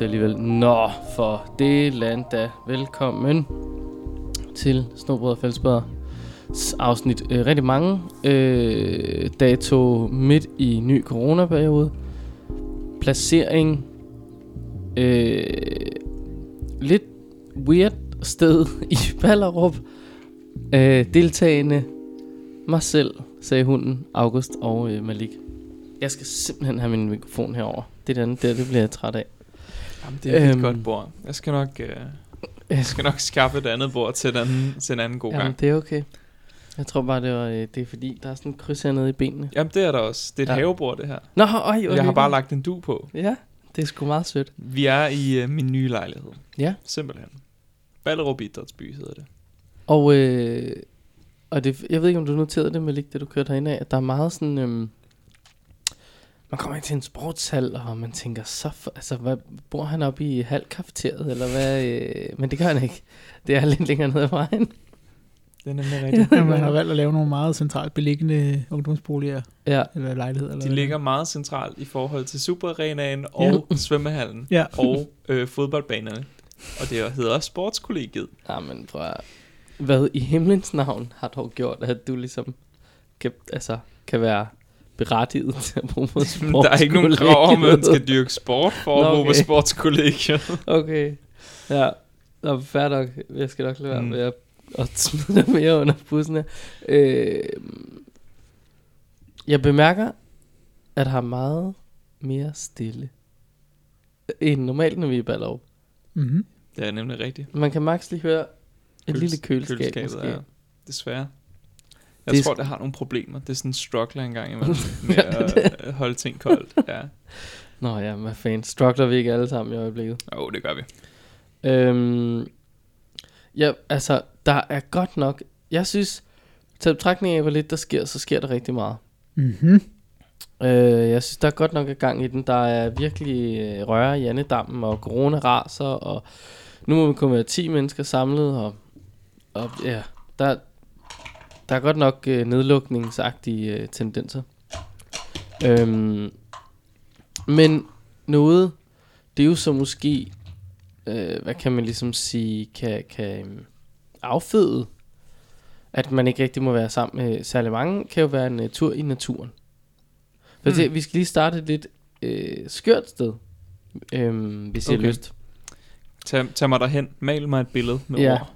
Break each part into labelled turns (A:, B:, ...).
A: alligevel. Nå, for det land da. Velkommen til Snobrød og Fællesbøder afsnit. Øh, rigtig mange. Øh, dato midt i ny coronaperiode. Placering. Øh, lidt weird sted i Ballerup. Øh, deltagende. Mig selv, sagde hunden, August og øh, Malik. Jeg skal simpelthen have min mikrofon herover. Det der, der det bliver jeg træt af.
B: Jamen, det er et
A: Øhm.
B: øhm. godt bord. Jeg skal nok, øh, jeg skal nok skaffe et andet bord til en anden, til en anden god
A: Jamen,
B: gang.
A: det er okay. Jeg tror bare, det, var, øh, det er fordi, der er sådan en kryds hernede i benene.
B: Jamen, det er der også. Det er et
A: Ja.
B: ja. havebord, det her.
A: Nå, øj, øj,
B: Jeg har
A: øj.
B: bare lagt en du på.
A: Ja, det er sgu meget sødt.
B: Vi er i øh, min nye lejlighed.
A: Ja.
B: Simpelthen. Ballerup Idrætsby hedder det.
A: Og, øh, og det, jeg ved ikke, om du noterede det, Malik, det du kørte herinde af, at der er meget sådan... Øhm, man kommer ind til en sportshal, og man tænker, så for, altså, hvad, bor han oppe i halvkafeteriet, eller hvad? Øh, men det gør han ikke. Det er lidt længere nede ad vejen.
B: Det er nemlig
A: Ja.
B: rigtigt.
A: Jamen,
C: Ja, man har
A: ja.
C: valgt at lave nogle meget centralt beliggende ungdomsboliger,
A: Ja,
C: eller lejligheder. Eller
B: De
C: hvad
B: ligger meget centralt i forhold til superarenaen
C: Ja.
B: og svømmehallen
C: det er. Ja,
B: og øh, fodboldbanerne. Og det hedder også sportskollegiet.
A: nej, men prøv at, Hvad i himlens navn har dog gjort, at du ligesom kan, altså, kan være berettiget til at bruge mod sport?
B: Der er ikke nogen krav om, at man skal dyrke sport for
A: Nå,
B: at bo på
A: okay.
B: sportskollegiet.
A: Okay. Ja. Nå, fair nok. Jeg skal nok lade være
B: Mm.
A: med at, at smide dig mere under bussen her. Øh, jeg bemærker, at har meget mere stille end normalt, når vi er i Ballerup.
C: mm-hmm.
B: Det er nemlig rigtigt.
A: Man kan max lige høre et
B: Køles-
A: lille køleskab, måske.
B: Ja. Desværre. Jeg
A: Det er
B: det tror,
A: sk-
B: det har nogle problemer. Det er sådan en struggle en gang imellem med at øh, holde ting koldt. Ja.
A: Nå ja, hvad fanden. Struggler vi ikke alle sammen i øjeblikket?
B: Jo, oh, det gør vi.
A: Øhm, ja, altså, der er godt nok... Jeg synes, til betragtning af, hvor lidt der sker, så sker der rigtig meget.
C: Mm-hmm.
A: Øh, jeg synes, der er godt nok et gang i den. Der er virkelig øh, røre i andedammen, og corona raser, og nu må vi kun være 10 mennesker samlet, og, og ja, der, der er godt nok øh, nedlukningsagtige øh, tendenser. Øhm, men noget, det er jo så måske, øh, hvad kan man ligesom sige, kan, kan øhm, afføde, at man ikke rigtig må være sammen med særlig mange, kan jo være en øh, tur i naturen. For
B: Hmm.
A: det, vi skal lige starte et lidt øh, skørt sted, øh, hvis okay. I
B: Okay.
A: har lyst.
B: Tag, tag mig derhen. Mal mig et billede med
A: Ja.
B: ja. ord.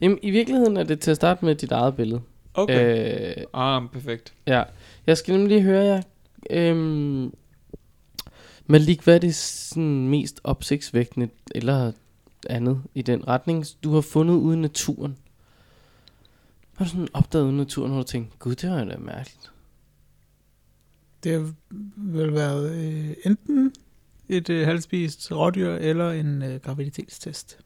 A: Jamen, i virkeligheden er det til at starte med dit eget billede.
B: Okay. Øh.
A: Øh,
B: Ah, perfekt.
A: ja. Jeg skal nemlig lige høre jer. Øhm, Malik, hvad er det sådan mest opsigtsvægtende eller andet i den retning, du har fundet ude i naturen? Hvad har du sådan opdaget ude i naturen, hvor du tænkte, gud, det var da mærkeligt.
C: Det har vel været øh, enten et øh, halvspist rådyr, eller en øh, graviditetstest.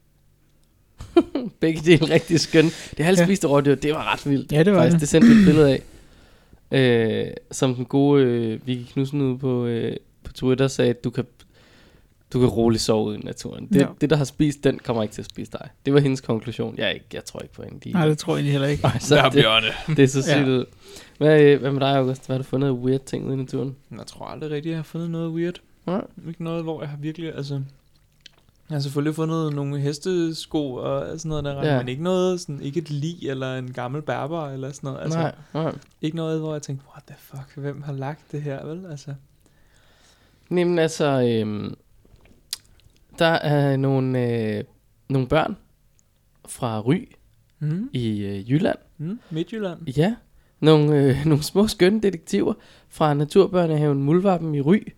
A: Begge dele rigtig skønne. Det halvspiste ja. rådyr, det var ret vildt.
C: Ja, det var
A: faktisk, det.
C: det.
A: det sendte vi et billede af. Øh, som den gode øh, Vicky Knudsen ude på, øh, på Twitter sagde, at du kan, du kan roligt sove ude i naturen. Det, ja.
C: Ja.
A: det, der har spist, den kommer ikke til at spise dig. Det var hendes konklusion. Jeg, er ikke, jeg tror ikke på hende. De,
C: Nej, det tror jeg egentlig heller ikke.
A: Nej,
B: Så der
A: så
B: er
A: det,
B: bjørne.
A: det er så
C: Ja.
A: sygt ud. Hvad, øh, hvad med dig, August? Hvad har du fundet af weird ting ude i naturen?
B: Jeg tror aldrig rigtigt, jeg har fundet noget weird.
A: Nej.
B: Ikke noget, hvor jeg har virkelig... Altså, jeg har selvfølgelig fundet nogle hestesko og sådan noget der,
A: Ja.
B: ja. men ikke noget, sådan, ikke et lig eller en gammel berber eller sådan noget. Altså,
A: nej, nej.
B: Ikke noget, hvor jeg tænkte, what the fuck, hvem har lagt det her, vel? Altså,
A: Jamen altså, øhm, der er nogle, øh, nogle børn fra Ry
B: mm,
A: i øh, Jylland,
B: mm, Midtjylland.
A: Ja, nogle, øh, nogle små skønne detektiver fra Naturbørnehaven Mulvarpen i Ry.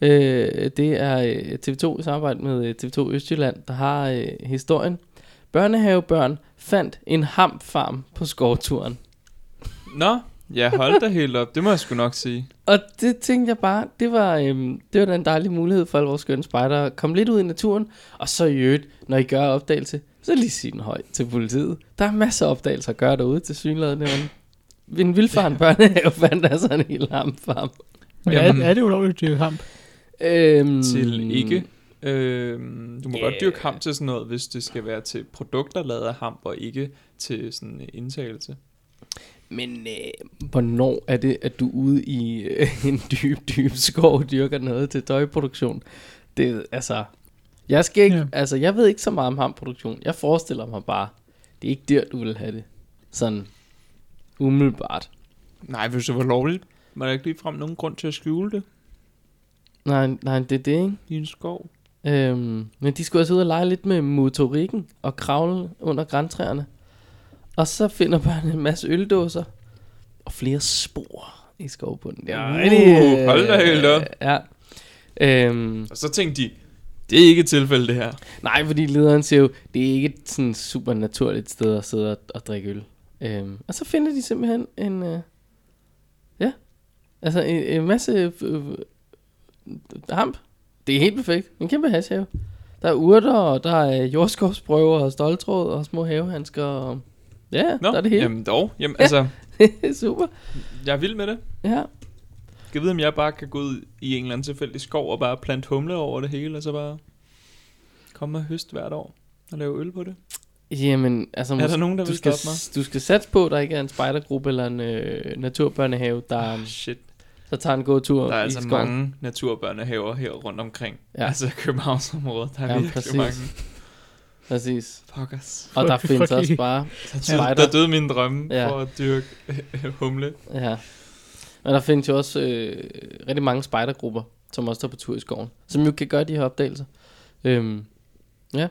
A: Øh, det er øh, TV2 i samarbejde med øh, TV2 Østjylland, der har øh, historien. Børnehavebørn fandt en hamfarm på skovturen.
B: Nå, ja, hold da helt op. Det må jeg sgu nok sige.
A: Og det tænkte jeg bare, det var, øhm, det var da en dejlig mulighed for alle vores skønne spejdere at komme lidt ud i naturen. Og så i øvrigt, når I gør opdagelse, så lige sig den højt til politiet. Der er masser af opdagelser at gøre derude til synligheden. En vildfaren børnehave fandt altså en hel hamfarm.
C: Men
B: Jamen.
C: er, er det ulovligt at dyrke hamp?
B: Hmm.
A: Øhm,
B: Til ikke. Øh, du må
A: Ja.
B: yeah. godt dyrke ham til sådan noget, hvis det skal være til produkter lavet af ham, og ikke til sådan en indtagelse.
A: Men øh, hvornår er det, at du er ude i øh, en dyb, dyb skov og dyrker noget til tøjproduktion? Det altså, Jeg skal ikke,
C: Ja.
A: ja. altså jeg ved ikke så meget om hamproduktion. Jeg forestiller mig bare, det er ikke der, du vil have det. Sådan umiddelbart.
B: Nej, hvis det var lovligt, var der ikke ligefrem nogen grund til at skjule det
A: Nej, nej, det er det, ikke?
B: i en skov.
A: Øhm, men de skulle også ud og lege lidt med motorikken og kravle under grantræerne. Og så finder børnene en masse øldåser og flere spor i skovbunden. Det er
B: Uh,
A: rigtig, øh,
B: hold da helt op.
A: Ja. Øhm,
B: Og så tænkte de, det er ikke et tilfælde det her.
A: nej, fordi lederen siger jo, det er ikke et sådan super naturligt sted at sidde og, og drikke øl. Øhm, og så finder de simpelthen en... Øh, ja. Altså en, en masse øh, hamp. Det er helt perfekt. En kæmpe hashave. Der er urter, og der er jordskovsprøver, og stoltråd, og små havehandsker. Og... Ja,
B: Nå,
A: der er det hele.
B: jamen dog. Jamen,
A: Ja.
B: ja. altså,
A: Super.
B: jeg er vild med det.
A: Ja.
B: Skal jeg vide, om jeg bare kan gå ud i en eller anden tilfældig skov og bare plante humle over det hele, og så bare komme og høste hvert år og lave øl på det?
A: Jamen, altså...
B: Er der nogen, der
A: du
B: vil
A: skal,
B: stoppe mig?
A: du skal satse på, at der ikke er en spejdergruppe eller en øh, naturbørnehave, der,
B: Ah, shit.
A: der tager en god tur
B: Der er
A: i
B: altså
A: skoven.
B: mange naturbørnehaver her rundt omkring.
A: Ja.
B: Ja. Altså Københavnsområdet, der er
A: Ja,
B: ja, virkelig
A: præcis.
B: præcis. mange.
A: Præcis.
B: Fuckers.
A: Og der
C: Frygtelig,
A: findes også
C: frygtelig.
A: bare...
B: Der,
A: Spider.
B: døde, der døde mine drømme
A: Ja.
B: ja. for at dyrke øh, humle.
A: Ja. Men der findes jo også øh, rigtig mange spejdergrupper, som også tager på tur i skoven. Som jo kan gøre de her opdagelser. Øhm, ja. Det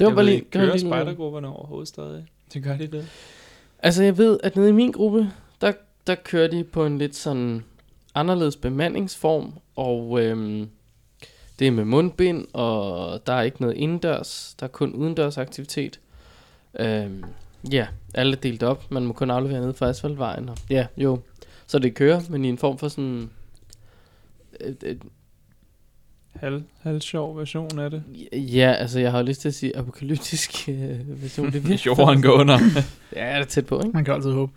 B: Ja.
A: var bare lige... det var
B: Kører
A: lige-
B: spejdergrupperne overhovedet stadig? Det gør de det.
A: Altså jeg ved, at nede i min gruppe, der, der kører de på en lidt sådan anderledes bemandingsform, og øhm, det er med mundbind, og der er ikke noget indendørs, der er kun udendørs aktivitet. Øhm, ja, alle er delt op, man må kun aflevere nede fra asfaltvejen. Og, ja, jo, så det kører, men i en form for sådan... Øh, øh,
B: Halv, halv sjov version af det.
A: ja, altså jeg har jo lyst til at sige apokalyptisk øh, version, det virker.
B: Jorden går under.
A: Ja, det er tæt på, ikke?
C: Man kan altid håbe.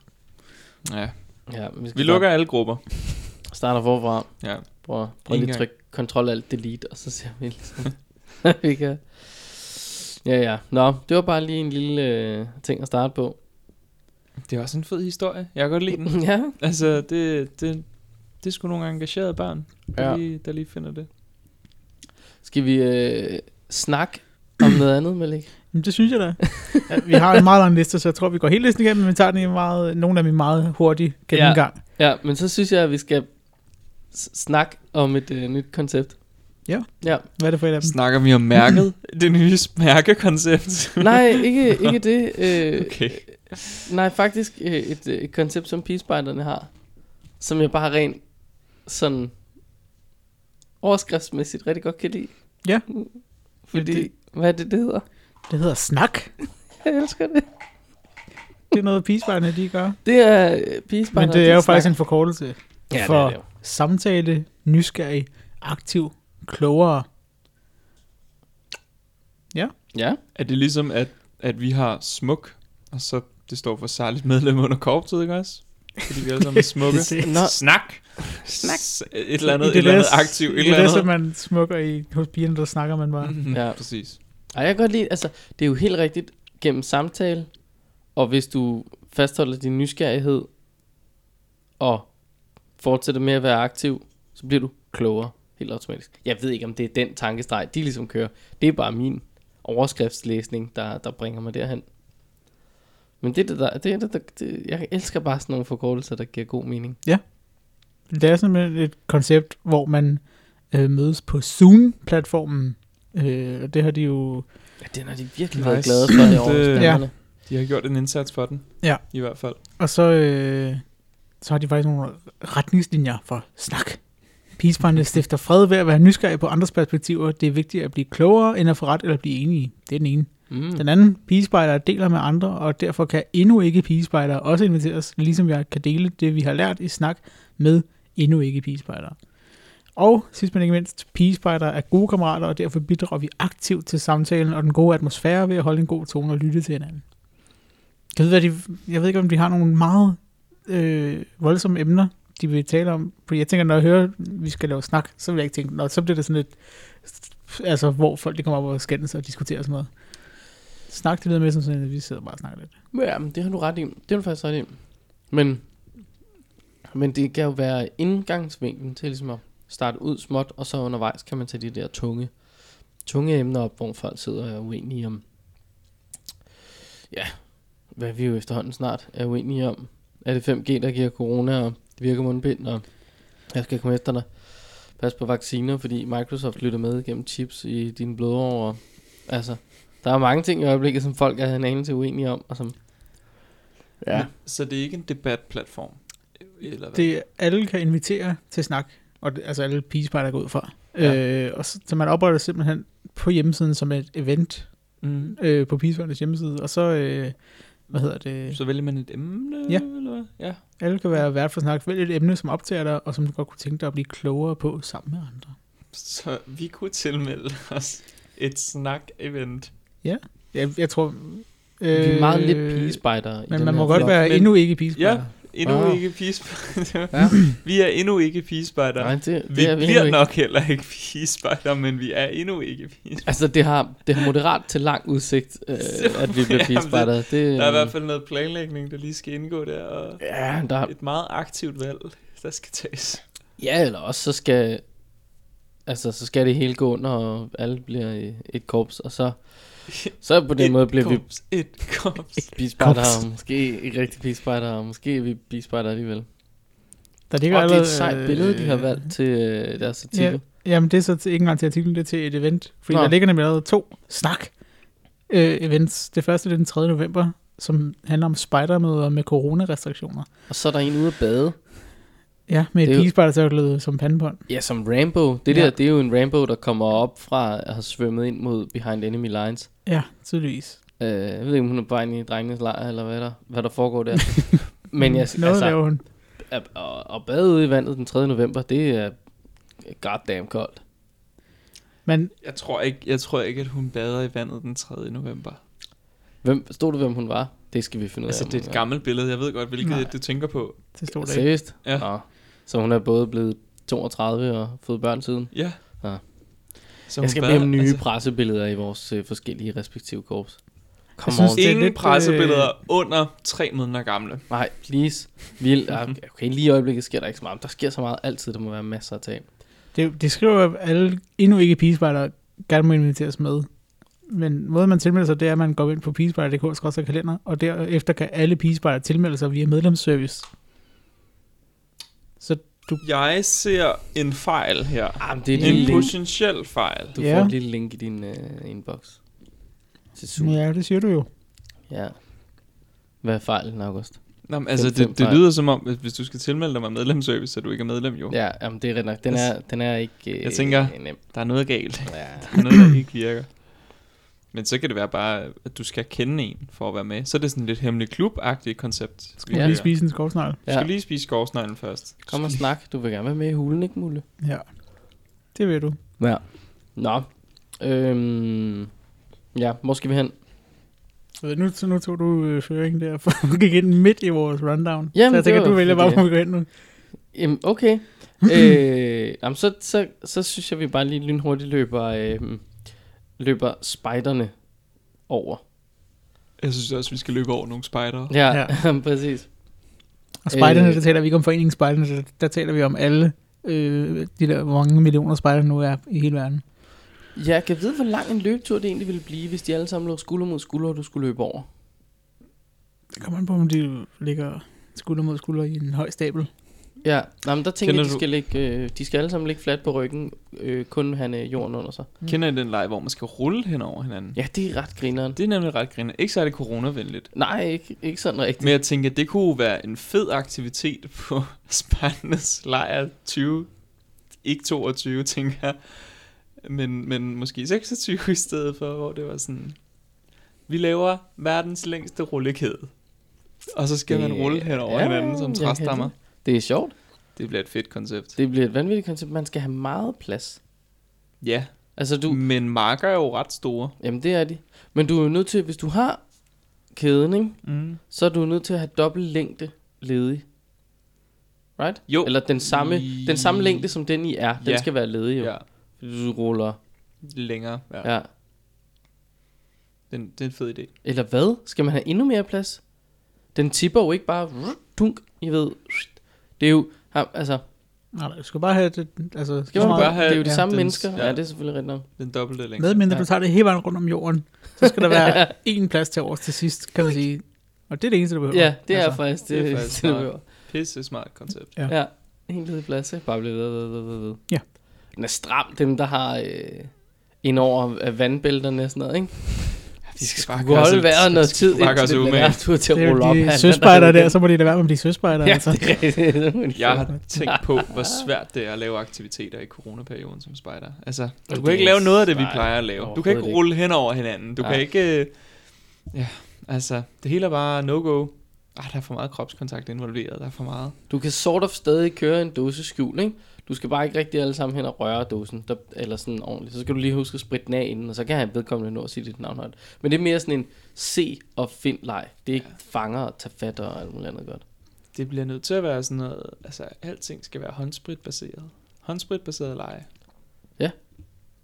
B: ja.
A: Ja, men skal bare-
B: Vi lukker alle grupper.
A: Starter forfra.
B: Ja.
A: Prøv, prøv
B: En
A: lige at
B: gang.
A: trykke Ctrl Alt Delete, og så ser vi ligesom. vi kan. Ja, ja. Nå, det var bare lige en lille øh, ting at starte på.
B: Det er også en fed historie. Jeg kan godt lide den.
A: ja.
B: Altså, det, det, det er sgu nogle engagerede børn, der,
A: Ja.
B: ja. lige, der lige finder det.
A: Skal vi øh, snakke om noget andet, Malik?
C: Jamen, det synes jeg da. Ja, vi har en meget lang liste, så jeg tror, vi går hele listen igennem, men vi tager den i en meget, nogle af dem i meget hurtig gennemgang. Ja.
A: Ja, men så synes jeg, at vi skal s- snakke om et øh, nyt koncept.
C: Ja.
A: Ja.
C: Hvad er det for et af dem?
B: Snakker vi om mærket? det nye mærkekoncept.
A: Nej, ikke, ikke det. Øh,
B: Okay.
A: Nej, faktisk øh, et, øh, et koncept, som pigespejderne har, som jeg bare rent sådan overskriftsmæssigt rigtig godt kan lide.
C: Ja.
A: Fordi,
C: Det-
A: det... hvad er det, det hedder?
C: Det hedder snak.
A: Jeg elsker det.
C: Det er noget, pigespejderne de gør.
A: Det er øh, pigespejderne.
C: Men det er
A: de
C: jo
A: snakker-
C: faktisk en forkortelse
A: ja,
C: for
A: Det er det jo.
C: samtale, nysgerrig, aktiv, klogere.
A: Ja,
B: Er det ligesom, at, at vi har smuk, og så det står for særligt medlem under korpset, ikke også? Fordi vi alle sammen er smukke.
C: Det ses.
A: Nå.
B: Snak!
A: Snak.
B: S- Et eller andet,
C: I
B: et eller andet
C: der-
B: aktivt, et
C: I det,
B: eller
C: der, som
B: andet.
C: man smukker i hos pigerne, der snakker man bare.
B: Mhm,
A: Ja.
B: Præcis.
A: og jeg kan godt lide, altså, det er jo helt rigtigt gennem samtale, og hvis du fastholder din nysgerrighed, og fortsætter med at være aktiv, så bliver du klogere, helt automatisk. Jeg ved ikke, om det er den tankestreg, de ligesom kører. Det er bare min overskriftslæsning, der, der bringer mig derhen. Men det, er det, der, det, er det, der, det, jeg elsker bare sådan nogle forkortelser, der giver god mening.
C: Det er simpelthen et koncept, hvor man øh, mødes på Zoom-platformen. Øh, og det har de jo...
A: Ja, den har de virkelig
B: Nice.
A: været glade for i år.
B: Det-
A: spillerne.
B: De har gjort en indsats for den.
C: Ja.
B: I hvert fald.
C: Og så, øh, så har de faktisk nogle retningslinjer for snak. Pigespejderne stifter fred ved at være nysgerrig på andres perspektiver. Det er vigtigt at blive klogere, end at få ret eller blive enige. Det er den ene.
A: Mm.
C: Den anden, pigespejder deler med andre, og derfor kan endnu ikke pigespejdere også inviteres, ligesom jeg kan dele det, vi har lært i snak med endnu ikke pigespejdere. Og sidst men ikke mindst, pigespejdere er gode kammerater, og derfor bidrager vi aktivt til samtalen og den gode atmosfære ved at holde en god tone og lytte til hinanden. Jeg ved, hvad de, jeg ved ikke, om de har nogle meget øh, voldsomme emner, de vil tale om. Fordi jeg tænker, når jeg hører, at vi skal lave snak, så vil jeg ikke tænke, Nå, så bliver det sådan lidt, altså, hvor folk de kommer op og skændes og diskuterer og sådan noget. Snak, det lyder mere som sådan, at vi sidder bare og snakker lidt.
A: Ja, men det har du ret i. Det har du faktisk ret i. Men, men det kan jo være indgangsvinklen til ligesom at starte ud småt, og så undervejs kan man tage de der tunge tunge emner op, hvor folk sidder og er uenige om, ja, hvad vi jo efterhånden snart er uenige om. Er det 5G, der giver corona, og det virker mundbind, og jeg skal komme efter dig. Pas på vacciner, fordi Microsoft lytter med gennem chips i dine blodår. Og, altså, der er mange ting i øjeblikket, som folk er en anelse uenige om, og som... Ja.
B: Men- Så det er ikke en debatplatform? Eller hvad?
C: Det, alle kan invitere til snak, og det, altså alle pigespejder går ud fra.
B: Ja.
C: Ja. Øh, og så, så man opretter simpelthen på hjemmesiden som et event
B: Mm.
C: øh, på pigespejdernes hjemmeside, og så, øh, hvad hedder det,
B: Så vælger man et emne,
C: Ja.
B: eller hvad? Ja.
C: alle kan være vært for snak. Vælg et emne, som optager dig, og som du godt kunne tænke dig at blive klogere på sammen med andre.
B: Så vi kunne tilmelde os et snak-event.
C: Jeg, jeg tror...
A: Øh, vi er meget lidt
C: pigespejder.
A: pigespejdere. i
C: Men
A: den
C: man
A: her
C: må godt
A: flok.
C: være
B: men-
C: endnu ikke pigespejder.
B: Ja, endnu
C: Ah.
A: Wow.
B: ikke pigespejder.
A: Ja.
B: vi er endnu ikke pigespejder.
A: Nej, det, det
B: Vi
A: er vi
B: bliver
A: endnu ikke.
B: nok heller ikke pigespejder, men vi er endnu ikke pigespejder.
A: Altså, det har, det har moderat til lang udsigt, øh, at vi bliver
B: Jamen,
A: pigespejdere. Det,
B: Der er i hvert fald noget planlægning, der lige skal indgå der, og
A: Ja, der,
B: et meget aktivt valg, der skal tages.
A: ja, eller også så skal, altså, så skal det hele gå under, og alle bliver i et korps, og så, så på den
B: et
A: måde bliver vi
B: korps, vi... Et korps.
A: bispejder,
C: Korps.
A: og måske ikke rigtig bispejder, og måske er vi bispejder alligevel.
C: Der
A: Det
C: ligger
A: og det er
C: allerede, øh,
A: et sejt billede, de har valgt til øh, deres artikel.
C: Jamen, det er så til, ikke engang til artiklen, det er til et event. Fordi
A: Nå.
C: Nå. der ligger nemlig allerede to snak øh, events. Det første det er den 3. november, som handler om spejdermøder med coronarestriktioner.
A: Og så er der en ude at bade.
C: Ja, med
A: Det er
C: et
A: jo-
C: pigespejdertørklæde som pandebånd.
A: Ja, som Rambo. Det der,
C: Ja.
A: det er jo en Rambo, der kommer op fra at have svømmet ind mod Behind Enemy Lines.
C: Ja, tydeligvis.
A: Øh, jeg ved ikke, om hun er på vej ind i drengenes lejr, eller hvad der, hvad der foregår der. Men jeg,
C: Noget altså,
A: altså,
C: laver hun.
A: at, at, at bade ude i vandet den 3. november, det er goddamn koldt.
C: Men
B: Jeg tror, ikke, jeg tror ikke, at hun bader i vandet den 3. november.
A: Hvem, stod det, hvem hun var? Det skal vi finde ud af.
B: Altså,
A: om
B: det er
A: hun
B: et gammelt billede. Jeg ved godt, hvilket
C: Nej.
B: Nej. du tænker på.
C: det stod der ikke.
A: Seriøst?
B: Ja.
A: Nå. Så hun er både blevet 32 og fået børn siden.
B: Ja.
A: Ja.
B: Så hun
A: jeg skal
B: bader-
A: bede om nye
B: altså,
A: altså... pressebilleder i vores øh, forskellige respektive korps. Come
C: synes,
A: on.
C: det er
B: Ingen
C: lidt,
B: pressebilleder under tre måneder gamle.
A: Nej, please. Vi er, ah, okay, lige i øjeblikket sker der ikke så meget. Men Der sker så meget altid, der må være masser at tage.
C: Det, det skriver jo, at alle endnu ikke pigespejdere gerne må inviteres med. Men måden, man tilmelder sig, det er, at man går ind på pigespejder.dk-kalender, og derefter kan alle pigespejder tilmelde sig via medlemsservice. Så du
B: Jeg ser en fejl her.
A: Ah, men det er et lille
B: En
A: link.
B: potentiel fejl.
A: Du
C: Ja.
A: får et lille link i din uh, inbox. Til Zoom. Ja.
C: Ja, det siger du jo.
A: ja. Hvad er fejlen, August?
B: Nå, men, altså,
A: Den fem
B: det, det
A: fejl.
B: lyder som om, at hvis du skal tilmelde dig med medlemsservice, så du ikke er medlem jo.
A: Ja, jamen, det er rigtig nok. Den er, den er ikke øh,
B: Jeg tænker-
A: øh, nem.
B: Der er noget galt.
A: Ja.
B: Der er noget, der ikke virker. Men så kan det være bare, at du skal kende en for at være med. Så er det sådan lidt hemmelig klub-agtigt koncept.
C: Skal
A: Ja.
C: ja.
B: vi
C: lige
B: har.
C: spise en skovsnegl?
B: Du
A: Ja.
B: skal lige spise skovsneglen først.
A: Kom og snak. Du vil gerne være med i hulen, ikke Mulle?
C: Ja. Det ved du.
A: Ja. Nå. Øhm, ja, hvor skal vi hen?
C: Så Nu, nu tog du øh, føringen der, for du gik ind midt i vores rundown.
A: Jamen,
C: så jeg
A: det
C: tænker,
A: var
C: du vælger bare,
A: fordi-
C: hvor vi går ind nu.
A: Jamen, okay. øh, jamen, så, så, så synes jeg, vi bare lige lynhurtigt løber, øh, løber spejderne over.
B: Jeg synes også, vi skal løbe over nogle spejdere.
A: Ja, ja. præcis.
C: Og spejderne,
A: Øh.
C: øh. der taler vi ikke om foreningen spejderne, der, der taler vi om alle øh, de der, hvor mange millioner spejder nu er i hele verden.
A: Ja, jeg kan vide, hvor lang en løbetur det egentlig ville blive, hvis de alle sammen lå skulder mod skulder, og du skulle løbe over.
C: Det kommer an på, om de ligger skulder mod skulder i en høj stabel.
A: Ja, nej, men der tænker
B: Kender
A: jeg, de
B: du-
A: skal, ligge, øh, de skal alle sammen ligge fladt på ryggen, øh, kun han øh, jorden under sig.
B: Mm. Kender I den leg, hvor man skal rulle hen over hinanden?
A: Ja, det er ret grineren.
B: Det er nemlig ret griner. Ikke særlig coronavenligt.
A: Nej, ikke, ikke sådan rigtigt.
B: Men jeg tænker, det kunne jo være en fed aktivitet på Spartans lejr 20, ikke 22, tænker jeg. Men, men måske 26 i stedet for, hvor det var sådan, vi laver verdens længste rullekæde. Og så skal man
A: Det-
B: rulle hen over
A: ja,
B: hinanden som
A: jeg kan
B: træstammer.
A: Det er sjovt.
B: Det bliver et fedt koncept.
A: Det bliver et vanvittigt koncept. Man skal have meget plads.
B: Ja,
A: Altså,
B: du.
A: du,
B: men marker er jo ret store.
A: jamen det er de. Men du er jo nødt til, hvis du har kæden, ikke,
B: Mm.
A: så er du nødt til at have dobbelt længde ledig. Right?
B: Jo.
A: Eller den samme, den samme længde, som den I er. Den
B: Ja.
A: skal være ledig, jo.
B: Ja,
A: Du ruller.
B: længere. Ja.
A: Ja.
B: Den, det er en fed idé.
A: Eller hvad? Skal man have endnu mere plads? Den tipper jo ikke bare dunk, I ved. Det er jo, ham- altså,
C: Nej, nej, du skal bare have det, altså,
A: Skal man
C: så meget-
A: bare have,
B: bare have-
A: det er jo de
C: ja,
A: samme
B: den-
A: mennesker. Ja.
B: ja.
A: det er selvfølgelig rigtigt nok.
B: Den dobbelte længde.
C: med, mindre
A: Ja.
C: du tager det hele vejen rundt om jorden, så skal der være en plads til overs til sidst, kan man sige. Og det er det eneste, du behøver.
A: Ja, det er
C: Altså,
A: faktisk det,
B: det er
A: det, er
B: faktisk
A: faktisk det,
B: smart.
A: det
B: Pisse smart koncept.
C: Ja.
A: Ja, en ledig plads, ikke? Bare blive ved, ved, ved, ved, ved.
C: Ja.
A: Den er stram, dem der har øh, ind over af vandbælterne og sådan noget, ikke? De skal,
B: bare
A: sgu holde vejret noget tid,
B: indtil
A: indtil det bliver
B: det
A: værtur til
C: det
A: at rulle op.
C: er jo de
A: Han-
C: søspejdere der, så må de lade være med at blive søspejdere.
A: Ja,
C: altså.
A: det er rigtigt. Det må de få.
B: Jeg har tænkt på, hvor svært det er at lave aktiviteter i coronaperioden som spejder. Altså, du
A: Det
B: kan ikke
A: er
B: lave noget af det, vi
A: nej,
B: plejer at lave. Du kan
A: overhovedet
B: ikke rulle hen over hinanden. Du
A: Nej.
B: kan ikke... øh, Ja, altså, det hele er bare no-go. Ah, der er for meget kropskontakt involveret. Der er for meget.
A: Du kan sort of stadig køre en dose skjul, ikke? Du skal bare ikke rigtig alle sammen hen og røre dåsen, der, eller sådan ordentligt. Så skal du lige huske at spritte den af inden, og så kan han vedkommende nå at sige dit navn højt. Men det er mere sådan en se og find leg. Det er ikke fanger og tage fat og alt muligt andet godt.
B: Det bliver nødt til at være sådan noget... Altså, alting skal være håndspritbaseret. Håndspritbaseret lege.
A: Ja.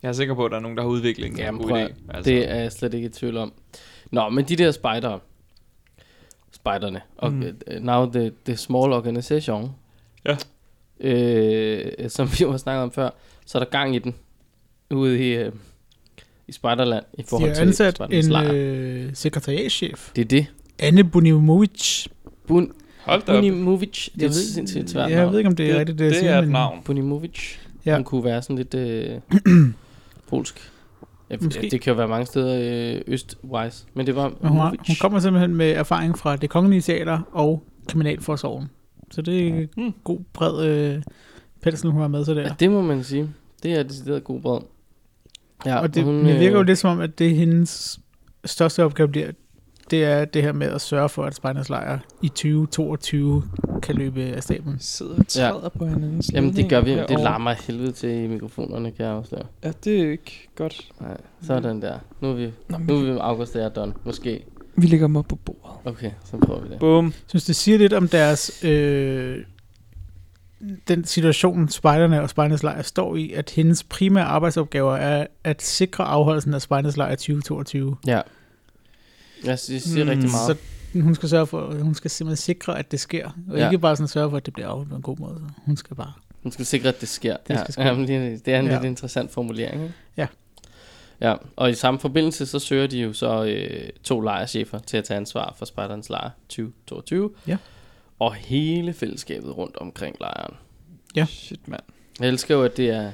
B: Jeg er sikker på, at der er nogen, der har udviklingen.
A: Jamen,
B: Jamen,
A: prøv
B: god
A: at-
B: idé. Altså,
A: Det er jeg slet ikke i tvivl om. Nå, men de der spejdere. Spejderne. Og
B: Mm.
A: mm. now the, the small organization.
B: Ja.
A: Øh, som vi jo har snakket om før. Så er der gang i den. Ude i, øh, i Spejderland. I
C: De
A: forhold
C: har
A: til
C: ansat
A: spejdernes
C: en
A: lejr.
C: øh, sekretariatschef,
A: Det er det.
C: Anne Bunimovic.
A: Bun,
B: Hold da op.
A: Bunimovic. Det er
C: Jeg
A: et
C: ved-
A: sindssygt svært
C: Jeg ved
A: navn.
C: ikke, om det er
B: Det-
C: rigtigt, det, jeg
B: Det
C: siger,
B: er et
C: men-
B: navn.
A: Bunimovic.
C: Ja.
A: Ja. Hun kunne være sådan lidt øh, polsk. Ja,
C: Måske.
A: det kan jo være mange steder øh, østwise. Men det var
C: Men hun, har,
A: Movic.
C: hun kommer simpelthen med erfaring fra det kongelige teater og kriminalforsorgen. Så det er en
B: Hmm.
C: god bred øh, pelsen, hun har med sig der.
A: Ja, det må man sige. Det er decideret god brød. Ja,
C: og det,
A: hun,
C: det virker jo
A: øh,
C: lidt som om, at det er hendes største opgave bliver, det er det her med at sørge for, at Spejners lejr i 2022 kan løbe af staben.
B: sidder og træder ja. på hinandens
A: Jamen det gør vi.
B: ledninger
A: Det
B: herovre.
A: larmer af helvede til i mikrofonerne, kan jeg afsløre.
B: Ja, det er ikke godt.
A: Nej, sådan der. Nu er vi,
B: Nå, men
A: nu er vi August og jeg er done. Måske.
B: vi lægger dem op på bordet.
A: Okay, så prøver vi det.
B: Bum.
C: Jeg synes, det siger lidt om deres... Øh, den situation, spejderne og spejdernes lejr står i, at hendes primære arbejdsopgaver er at sikre afholdelsen af spejdernes lejr 2022.
A: Ja. Jeg synes, det siger
B: Mm,
A: rigtig meget.
C: Hmm, Så hun skal sørge for, hun skal simpelthen sikre, at det sker. Og
A: Ja.
C: ja. ikke bare sådan sørge for, at det bliver afholdt på en god måde. Hun skal bare...
A: Hun skal sikre, at det sker. Det,
C: Det
A: ja.
C: skal ske.
A: Jamen, det, det er en
C: Ja.
A: ja. lidt interessant formulering. Ikke?
C: Ja.
A: Ja, og i samme forbindelse, så søger de jo så øh, to lejerchefer til at tage ansvar for Spartans lejr 2022.
C: Ja.
A: Og hele fællesskabet rundt omkring lejren.
C: Ja.
B: Shit, mand.
A: Jeg elsker jo, at det er,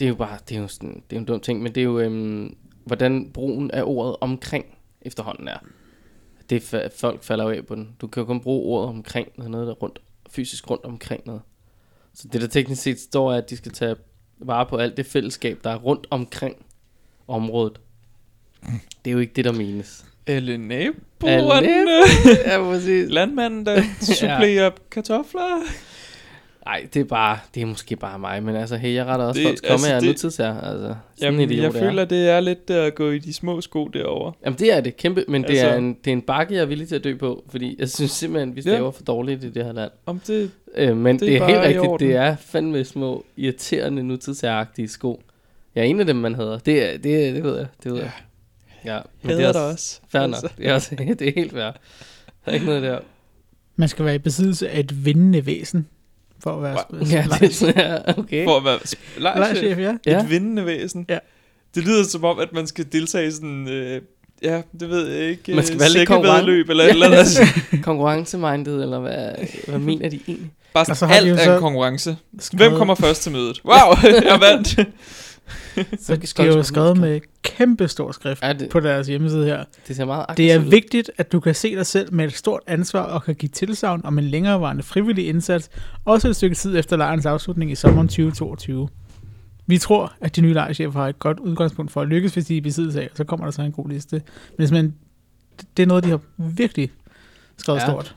A: det er jo bare, det er jo sådan, det er jo en dum ting, men det er jo, øhm, hvordan brugen af ordet omkring efterhånden er. Det er, fa- folk falder jo af på den. Du kan jo kun bruge ordet omkring, når noget der er rundt, fysisk rundt omkring noget. Så det der teknisk set står er, at de skal tage vare på alt det fællesskab, der er rundt omkring området. Det er jo ikke det, der menes.
B: Alle
A: Alle-
B: naboerne.
A: ja, præcis.
B: Landmanden, der supplerer kartofler.
A: Nej, det er bare, det er måske bare mig, men altså, hey, jeg retter også
B: Det-
A: folks komme
B: altså,
A: her
B: det-
A: nutidsherre. Altså, sådan
B: Jamen,
A: en idiot
B: jeg
A: er jeg.
B: føler, det er lidt øh, at gå i de små sko derovre.
A: Jamen det er det kæmpe, men altså, det, er
B: Altså-
A: en, det er en bakke, jeg er villig til at dø på, fordi jeg synes simpelthen, vi
B: Ja.
A: staver for dårligt i det her land.
B: Om det...
A: Øh, men det
B: Det
A: er,
B: er
A: det er
B: bare
A: helt
B: i
A: rigtigt,
B: orden.
A: det er fandme små, irriterende, nutidsagtige sko. Ja, en af dem, man hader. Det, er, det, er- det ved jeg, det ved
B: Ja.
A: jeg. Ja, men det er
B: Hader dig
A: også
B: også. Altså.
A: fair nok. Det er, også, det er helt fair. Der er ikke noget der.
C: Man skal være i besiddelse af et vindende væsen, for at være
A: Ja, det er sådan, ja, okay.
B: For at være sp-
C: lejrchef.
B: lejrchef.
C: ja.
A: Ja.
B: Et vindende væsen.
C: Ja.
B: Det lyder som om, at man skal deltage i sådan... Øh, ja, det ved jeg ikke.
A: Man skal være lidt
B: løb eller et eller andet. Altså,
A: Konkurrencemindet, eller hvad, hvad mener de egentlig?
B: Bare
C: Og så
B: sådan,
C: Altså, har de jo
B: alt er
C: så-
B: en konkurrence. Hvem
C: Skrevet-
B: kommer først til mødet? Wow, jeg vandt.
C: Så det er jo skrevet med kæmpe stor skrift
A: Ja, det,
C: på deres hjemmeside her.
A: det ser meget
C: Det
A: aggressivt
C: er
A: ud.
C: vigtigt, at du kan se dig selv med et stort ansvar og kan give tilsavn om en længerevarende frivillig indsats, også et stykke tid efter lejrens afslutning i sommeren 2022. Vi tror, at de nye lejrchefer har et godt udgangspunkt for at lykkes, hvis de er i besiddelse af, og så kommer der så en god liste. Men simpelthen, det er noget, de har virkelig skrevet
A: Ja.
C: ja. stort,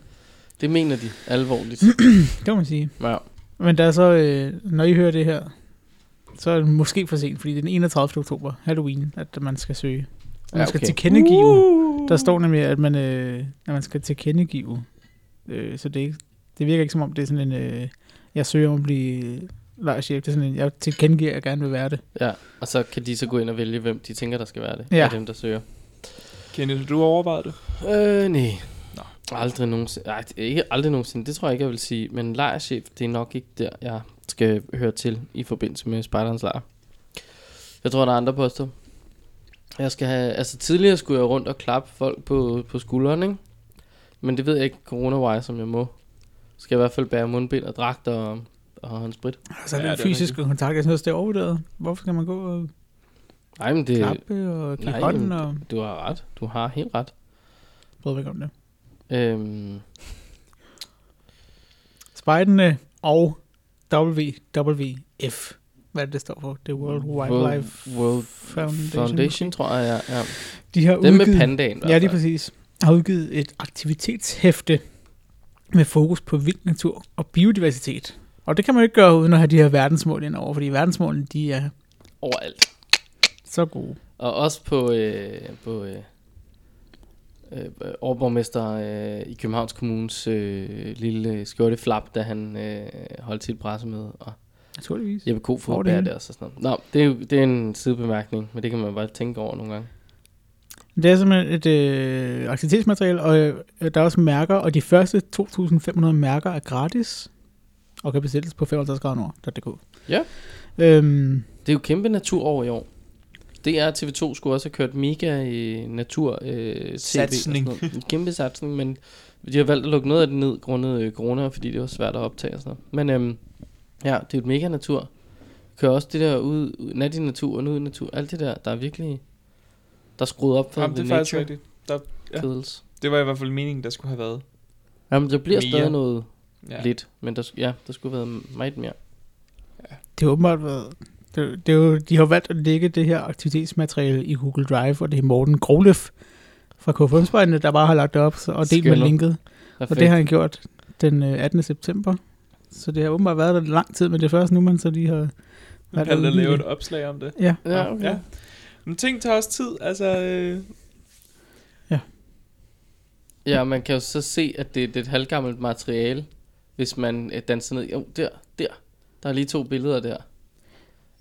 A: Det mener de alvorligt.
C: det må man sige.
A: Ja.
C: Men der er så, øh, når I hører det her, så er det måske for sent, fordi det er den 31. oktober, Halloween, at man skal søge. Man
A: Ja,
C: ja, okay.
A: okay.
C: skal tilkendegive.
B: Uh.
C: Der står nemlig, at man, øh, at man skal tilkendegive. Øh, så det, er ikke, det virker ikke som om, det er sådan en... Øh, jeg søger om at blive øh, lejrchef. Det er sådan en, jeg tilkendegiver, at jeg gerne vil være det.
A: Ja, og så kan de så gå ind og vælge, hvem de tænker, der skal være det.
C: Ja.
A: Af dem, der søger.
B: Kenneth, du overvejede det?
A: Øh, nej. Nå. Aldrig nogensinde. Nej, det- ikke aldrig nogensinde. Det tror jeg ikke, jeg vil sige. Men lejerchef, det er nok ikke der, jeg skal høre til i forbindelse med spejderens lejr. Jeg tror, der er andre poster. Jeg skal have, altså tidligere skulle jeg rundt og klappe folk på, på skulderen, ikke? Men det ved jeg ikke corona som jeg må. Skal jeg i hvert fald bære mundbind og dragt og, og håndsprit.
C: Altså,
B: Ja,
C: ja, den
B: det er
C: fysiske kontakt, jeg synes, det er overvurderet. Hvorfor skal man gå og
A: Nej, men det,
C: klappe og give
A: nej,
C: hånden
A: men-
C: og
A: du har ret. Du har helt ret.
C: prøve væk om det?
A: Øhm,
C: Spejdene og WWF. Hvad er det, det står for? Det er World Wildlife
A: World- World
C: Foundation.
A: Foundation, tror jeg, ja. ja.
C: De har
A: Dem med
C: udgivet,
A: pandaen. i hvert
C: Ja, lige
A: fald.
C: præcis. Har udgivet et aktivitetshæfte med fokus på vild natur og biodiversitet. Og det kan man jo ikke gøre uden at have de her verdensmål indover, fordi verdensmålene, de er
A: Overalt.
C: så gode.
A: Og også på, øh, på øh, øh, overborgmester øh, i Københavns Kommunes øh, lille skjorte flap, da han øh, holdt sit pressemøde. Og
C: Naturligvis.
A: Jeppe Kofod
C: Over
A: oh,
C: det
A: bærer
C: hele.
A: det også og sådan noget. Nå, det er, jo, det er en sidebemærkning, men det kan man bare tænke over nogle gange.
C: Det er simpelthen et øh, aktivitetsmateriale, og øh, der er også mærker, og de første 2.500 mærker er gratis, og kan bestilles på 55grader
A: Ja.
C: Øhm,
A: Det er jo kæmpe natur over i år. DR og TV2 skulle også have kørt mega i natur øh,
B: Satsning.
A: TV og sådan noget. En kæmpe satsning, men de har valgt at lukke noget af det ned grundet øh, corona, fordi det var svært at optage og sådan noget. Men øhm, ja, det er et mega natur. Kører også det der ud, ud- nat i naturen, ud i natur, alt det der, der er virkelig, der er skruet op for
B: Jamen, det
A: the
B: er faktisk
A: nature
B: rigtigt. ja.
A: feels.
B: Det var i hvert fald meningen, der skulle have været.
A: Jamen, der bliver
B: Mere.
A: stadig noget
B: Ja.
A: lidt, men der, sk- ja, der skulle have været meget mere.
C: det har åbenbart været... Det, det er jo, de har valgt at lægge det her aktivitetsmateriale i Google Drive, og det er Morten Grolef fra KFM-spejlene, der bare har lagt det op så- og delt med
A: Skønner.
C: linket. Og
A: Perfekt.
C: det har han gjort den øh, 18. september. Så det har åbenbart været der lang tid, men det er først nu, man så lige har...
B: Man valgte at lave et opslag om det.
C: Ja.
A: Ja, okay.
B: Ja. Men ting tager også tid, altså... Øh,
A: Ja, man kan jo så se, at det, det er et halvgammelt materiale, hvis man øh, danser ned. Jo, der, der. Der er lige to billeder der. Ja.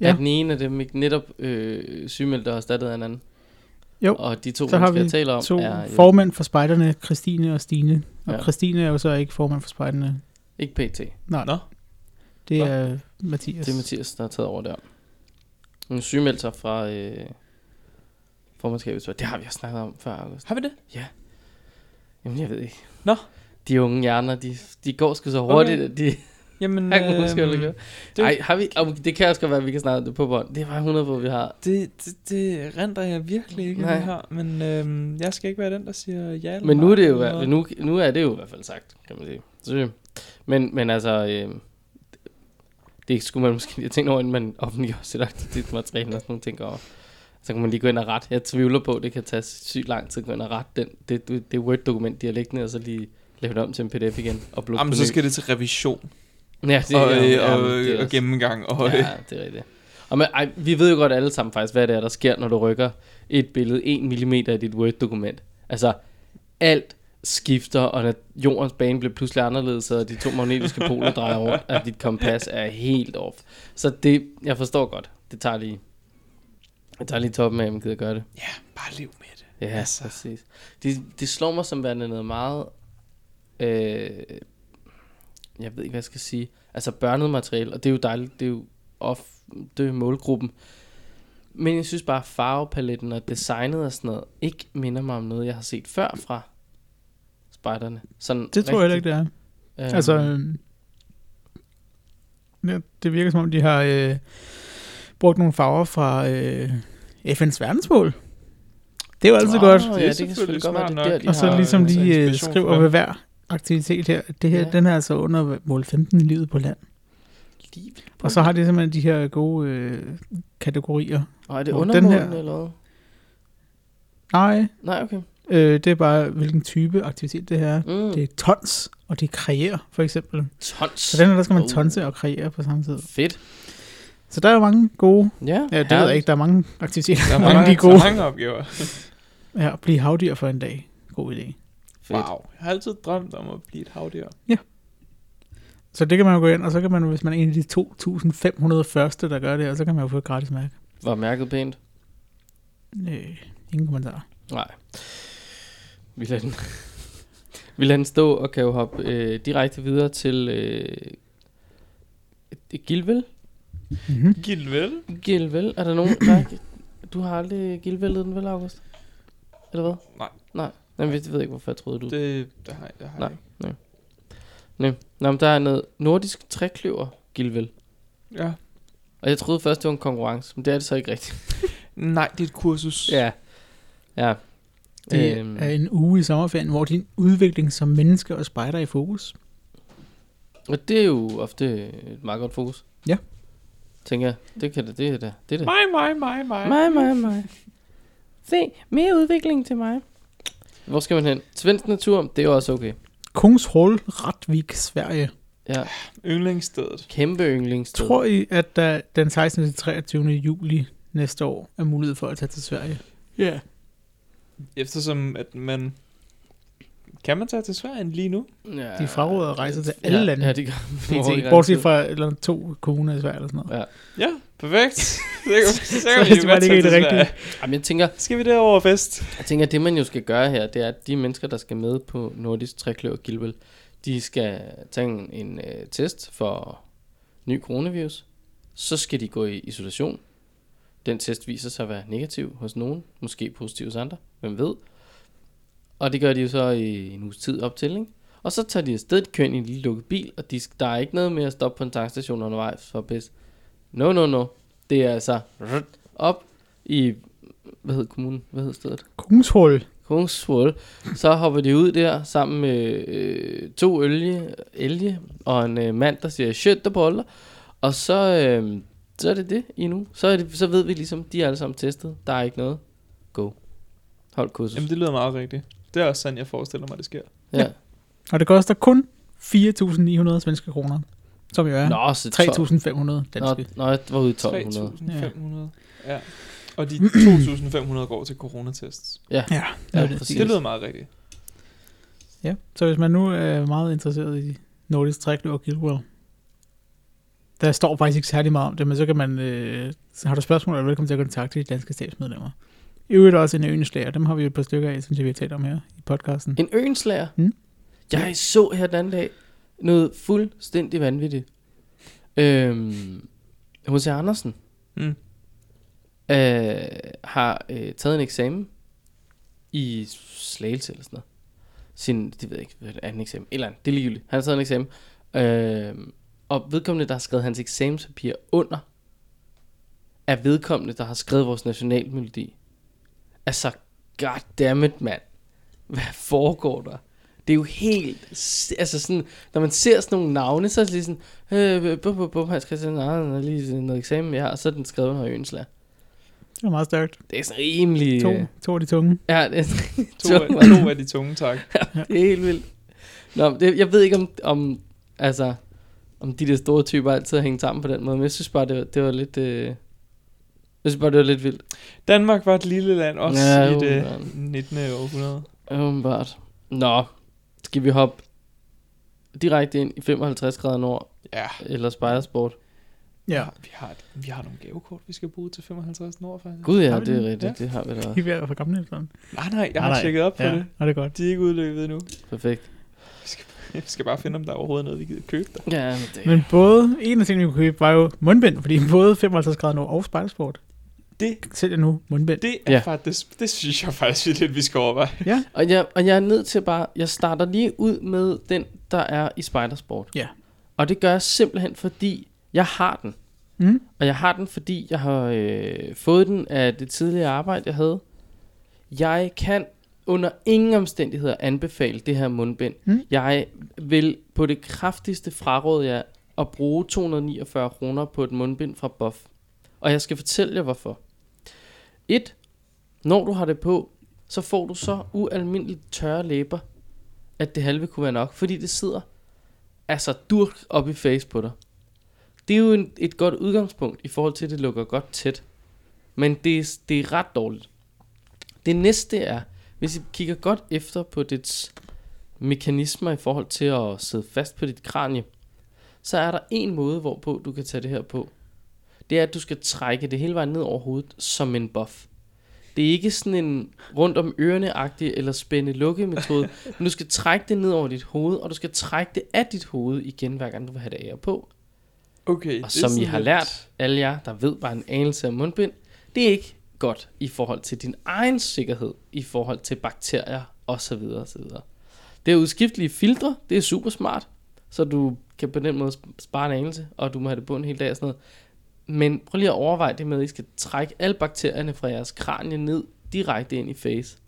C: Ja.
A: Er den ene af dem ikke netop øh, sygemeldt og erstattet af en anden?
C: Jo,
A: Og de to,
C: så har
A: mennesker,
C: vi
A: jeg taler om,
C: to
A: er øh, jo
C: formænd for spejderne, Christine og Stine.
A: Ja.
C: Og ja. Christine er jo så ikke formand for spejderne.
A: ikke PT.
C: Nej,
B: Nå.
C: det
B: Nå.
C: er Mathias.
A: Det er Mathias, der har taget over der. Hun sygemeldte sig fra øh, formandskabet. så Det har vi også snakket om før, August.
B: har vi det?
A: Jamen, jeg ved ikke.
B: Nå.
A: De unge hjerner, de, de går sgu så hurtigt, okay. at de...
B: Jamen, øhm,
A: Han kan huske,
C: Øhm,
A: hvad det
B: det-
A: Nej, har vi... om- Det kan også godt være, at vi kan snakke om det på bånd. Det er bare 100 på, vi har.
B: det, det, det render jeg virkelig ikke,
A: Nej.
B: at vi har. Men øhm, jeg skal ikke være den, der siger ja eller
A: Men nu er,
B: nej
A: det jo,
B: eller
A: hver-
B: noget.
A: nu, nu er det jo i hvert fald sagt, kan man sige. Så, men, men altså, øh, det skulle man måske lige have tænkt over, inden man offentliggør sit aktivitetsmateriale og sådan nogle ting over. Så kan man lige gå ind og rette. Jeg tvivler på, at det kan tage sygt lang tid at gå ind og rette den, det, det, det Word-dokument, de har liggende, og så lige lave det om til en pdf igen. Og blå
B: Jamen, så skal det til revision
A: ja, det,
B: det, og,
A: ja,
B: øh,
A: ja,
B: og,
A: men det er
B: og, og
A: også-
B: gennemgang. Og, øh,
A: Ja, det er rigtigt. Og men, ej, vi ved jo godt alle sammen faktisk, hvad det er, der sker, når du rykker et billede 1 mm i dit Word-dokument. Altså, alt skifter, og når jordens bane bliver pludselig anderledes, og de to magnetiske poler drejer rundt, og dit kompas er helt off. Så det, jeg forstår godt, det tager lige, det tager lige toppen af, at man gider gøre det.
B: ja, bare lev med det.
A: Ja, altså.
B: Altså.
A: præcis. Det, det slår mig som værende noget meget... Øh, jeg ved ikke, hvad jeg skal sige. Altså børnet materiale, og det er jo dejligt. Det er jo off, det er jo målgruppen. Men jeg synes bare, at farvepaletten og designet og sådan noget, ikke minder mig om noget, jeg har set før fra spejderne. Sådan
C: det tror jeg heller ikke, det er.
A: det
C: Ja. Altså, øhm, ja, det virker som om, de har øh, brugt nogle farver fra øh, FN's verdensmål. Det er jo altid
A: Nå,
C: oh, godt.
A: ja,
B: Det er
A: det, kan selvfølgelig
B: selvfølgelig
A: godt være, det
B: smart
A: er der,
B: nok.
A: de
C: Og så
A: har,
C: ligesom
A: øh,
B: altså
C: lige øh,
B: inspiration
C: skriver
B: fra-
C: ved hver aktivitet her. Det her
A: Ja.
C: Den er altså under mål 15 i livet på land.
A: liv.
C: Og så har de simpelthen de her gode øh, kategorier.
A: Og er det
C: Og den her-
A: undermålen eller hvad?
C: Nej,
A: Nej, okay.
C: øh, det er bare, hvilken type aktivitet det her er.
A: Mm.
C: Det
A: Det
C: er tons, og det er kreer, for eksempel.
A: tons.
C: Så den her, der skal man
A: Oh.
C: tonse og kreere på samme tid.
A: Fedt.
C: Så der er jo mange gode...
A: Ja,
C: Ja, det ved jeg ikke. Der er mange aktiviteter.
B: Der er
C: Mange
B: mange,
C: af de gode.
B: der er mange opgaver.
C: Ja, at blive havdyr for en dag. God idé.
A: Fedt.
B: Wow. Jeg har altid drømt om at blive et havdyr.
C: Så det kan man jo gå ind, og så kan man, hvis man er en af de 2.500 første, der gør det, og så kan man jo få et gratis mærke.
A: Var mærket pænt?
C: Øh, ingen kommentar.
A: Nej. Vi lader den, vi lader den stå og kan jo hoppe øh, direkte videre til øh, Det er Gilvel.
C: Mm-hmm.
B: Gilvel?
A: Gilvel. Er der nogen, der er, Du har aldrig Gilvellet den, vel, August? Eller hvad?
B: Nej.
A: Nej. Jamen, jeg ved ikke, hvorfor jeg troede, du...
B: Det, det har jeg, det har
A: Nej.
B: jeg ikke.
A: Nej. Nå, men der er noget nordisk trækløver, Gilvel.
B: Ja.
A: Og jeg troede først, det var en konkurrence, men det er det så ikke rigtigt.
B: Nej, det er et kursus.
A: Ja. Ja.
C: Det
A: Øhm,
C: er en uge i sommerferien, hvor din udvikling som menneske og spejder er i fokus.
A: Og det er jo ofte et meget godt fokus.
C: Ja.
A: Tænker jeg, det kan det, det er det, det er det.
B: Mig, mig, mig, mig.
A: Mig, mig, mig. Se, mere udvikling til mig. Hvor skal man hen? Svensk natur, det er jo også okay.
C: Kungshol, Ratvik, Sverige.
A: Ja,
B: Yndlingsstedet.
A: kæmpe yndlingssted.
C: Tror I, at der den 16. til 23. juli næste år er mulighed for at tage til Sverige?
B: Ja. Eftersom at man... Kan man tage til Sverige lige nu?
A: ja,
C: de fraråder rejser til alle
A: ja,
C: lande.
A: Ja, de gør.
C: PT, bortset fra eller to kommuner i Sverige eller sådan noget.
B: Ja, perfekt. Det kan, så kan
C: er
B: vi
C: det
B: jo
C: bare
B: godt tage
C: ikke
B: til
C: helt rigtigt.
B: Sverige.
A: Jamen, jeg tænker,
B: Skal vi derover og fest?
A: jeg tænker, at det man jo skal gøre her, det er, at de mennesker, der skal med på Nordisk Trækløver Gilbel, de skal tage en, en øh, test for ny coronavirus. Så skal de gå i isolation. Den test viser sig at være negativ hos nogen, måske positiv hos andre, hvem ved. Og det gør de jo så i en uges tid op til, ikke? Og så tager de afsted, de kører ind i en lille lukket bil, og de, sk- der er ikke noget med at stoppe på en tankstation undervejs for pis. No, no, no. Det er altså op i, hvad hed kommunen, hvad hed stedet?
C: Kungshol.
A: Kungsvold. Så hopper de ud der sammen med øh, to ølge, elge og en øh, mand, der siger shit der boller. Og så, øh, så er det det endnu. Så, er det, så ved vi ligesom, de er alle sammen testet. Der er ikke noget. Go. Hold kursus.
B: Jamen, det lyder meget rigtigt. Det er også sådan, jeg forestiller mig, det sker.
A: ja.
C: Og det koster kun 4.900 svenske kroner. Som jo er
A: Nå, så
C: 3.500 danske.
A: Nå, nå, jeg var ude i 1200.
B: 3.500. Ja. Og de 2.500 går til coronatests.
C: Ja,
A: Ja,
C: det er det.
A: præcis.
B: Det lyder meget rigtigt.
C: Ja, så hvis man nu er meget interesseret i nordisk trækløver og Guild Wars, der står faktisk ikke særlig meget om det, men så kan man, øh, så har du spørgsmål, er du velkommen til at kontakte de danske statsmedlemmer. I øvrigt også en ønslager, dem har vi jo et par stykker af, synes jeg, vi har talt om her i podcasten.
A: En øenslager?
C: Mm.
A: Jeg så her den anden dag noget fuldstændig vanvittigt. Øhm, H.C. Andersen
B: Mm.
A: øh, har øh, taget en eksamen i Slagelse eller sådan noget. Sin, det ved jeg ikke, hvad det er, en eksamen, eller andet, det er ligegyldigt. Han har taget en eksamen. Øh, og vedkommende, der har skrevet hans eksamenspapir under, er vedkommende, der har skrevet vores nationalmelodi. Altså, goddammit, mand. Hvad foregår der? Det er jo helt... si- Altså sådan, når man ser sådan nogle navne, så er det lige sådan... Øh, bum, bum, bum, Hans Christian Andersen har lige noget eksamen, jeg har, og så er den skrevet under Ønsla.
C: Det er meget stærkt.
A: Det er sådan rimelig...
C: To,
A: øh,
C: to af de tunge.
A: Ja, det er,
B: To,
A: To.
B: af, to af de tunge, tak.
A: det er helt vildt. Nå, men det, jeg ved ikke om, om, altså, om de der store typer altid har hængt sammen på den måde, men jeg synes bare, det var, det var lidt... Øh, jeg synes bare, det var lidt vildt.
B: Danmark var et lille land også
A: Ja,
B: ja, i
A: jo,
B: det
A: mand.
B: 19. århundrede.
A: Åbenbart. Nå, skal vi hoppe direkte ind i 55 grader nord,
B: Ja,
A: eller spejdersport?
C: Ja,
B: vi har, vi har nogle gavekort, vi skal bruge til 55 år, faktisk.
A: Gud ja,
C: Har vi
A: det er
C: den?
A: rigtigt, det har vi da.
C: de er ved at være for gamle efterhånden.
B: Nej, Ah, nej, jeg
C: Nej,
B: har
C: nej.
B: tjekket op på
C: Ja,
B: det.
C: og det er godt.
B: De er ikke udløbet endnu.
A: Perfekt.
B: Jeg skal bare finde, om der er overhovedet noget, vi gider købe der.
A: Ja, men det...
C: Men både, en af tingene, vi kunne købe, var jo mundbind, fordi både 55 grader nord og spejdersport
B: Det,
C: sælger nu mundbind.
B: det er
A: Ja.
B: ja. faktisk, det synes jeg faktisk er lidt, vi skal overveje.
A: Og, jeg, og jeg er nødt til bare... Jeg starter lige ud med den, der er i spidersport.
C: Ja.
A: Og det gør jeg simpelthen, fordi jeg har den.
C: Mm?
A: Og jeg har den, fordi jeg har øh, fået den af det tidligere arbejde, jeg havde. Jeg kan under ingen omstændigheder anbefale det her mundbind.
C: Mm.
A: Jeg vil på det kraftigste fraråde jer at bruge 249 kroner på et mundbind fra Buff. Og jeg skal fortælle jer hvorfor. 1. Når du har det på, så får du så ualmindeligt tørre læber, at det halve kunne være nok, fordi det sidder altså durk op i face på dig. Det er jo en, et godt udgangspunkt i forhold til, at det lukker godt tæt. Men det, er- det er ret dårligt. Det næste er, hvis I kigger godt efter på dets mekanismer i forhold til at sidde fast på dit kranie, så er der en måde, hvorpå du kan tage det her på. Det er, at du skal trække det hele vejen ned over hovedet som en buff. Det er ikke sådan en rundt om ørerne-agtig eller spænde lukke metode, men du skal trække det ned over dit hoved, og du skal trække det af dit hoved igen, hver gang du vil have det ære på.
B: Okay, det er
A: Og som I
B: sådan
A: har
B: lidt-
A: lært, alle jer, der ved bare en anelse om mundbind, det er ikke godt i forhold til din egen sikkerhed, i forhold til bakterier osv. osv. Det er udskiftelige filtre, det er super smart, så du kan på den måde sp- spare en anelse, og du må have det på en hel dag og sådan noget. Men prøv lige at overveje det med, at I skal trække alle bakterierne fra jeres kranie ned direkte ind i face.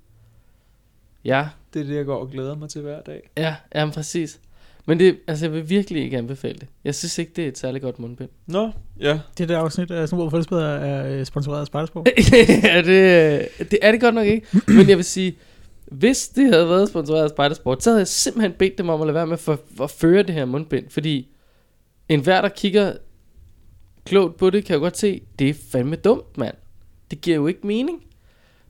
A: Ja,
B: Det er det, jeg går og glæder mig til hver dag.
A: ja, ja, præcis. Men det, altså, jeg vil virkelig ikke anbefale det. Jeg synes ikke, det er et særligt godt mundbind.
B: Nå, ja.
C: Det der afsnit af Snobrød Fællesbæder er øh, sponsoreret af Spartasborg.
A: ja, det, det er det godt nok ikke. Men jeg vil sige, hvis det havde været sponsoreret af Spidersport, så havde jeg simpelthen bedt dem om at lade være med for, for at føre det her mundbind. Fordi enhver, der kigger klogt på det, kan jo godt se, det er fandme dumt, mand. Det giver jo ikke mening.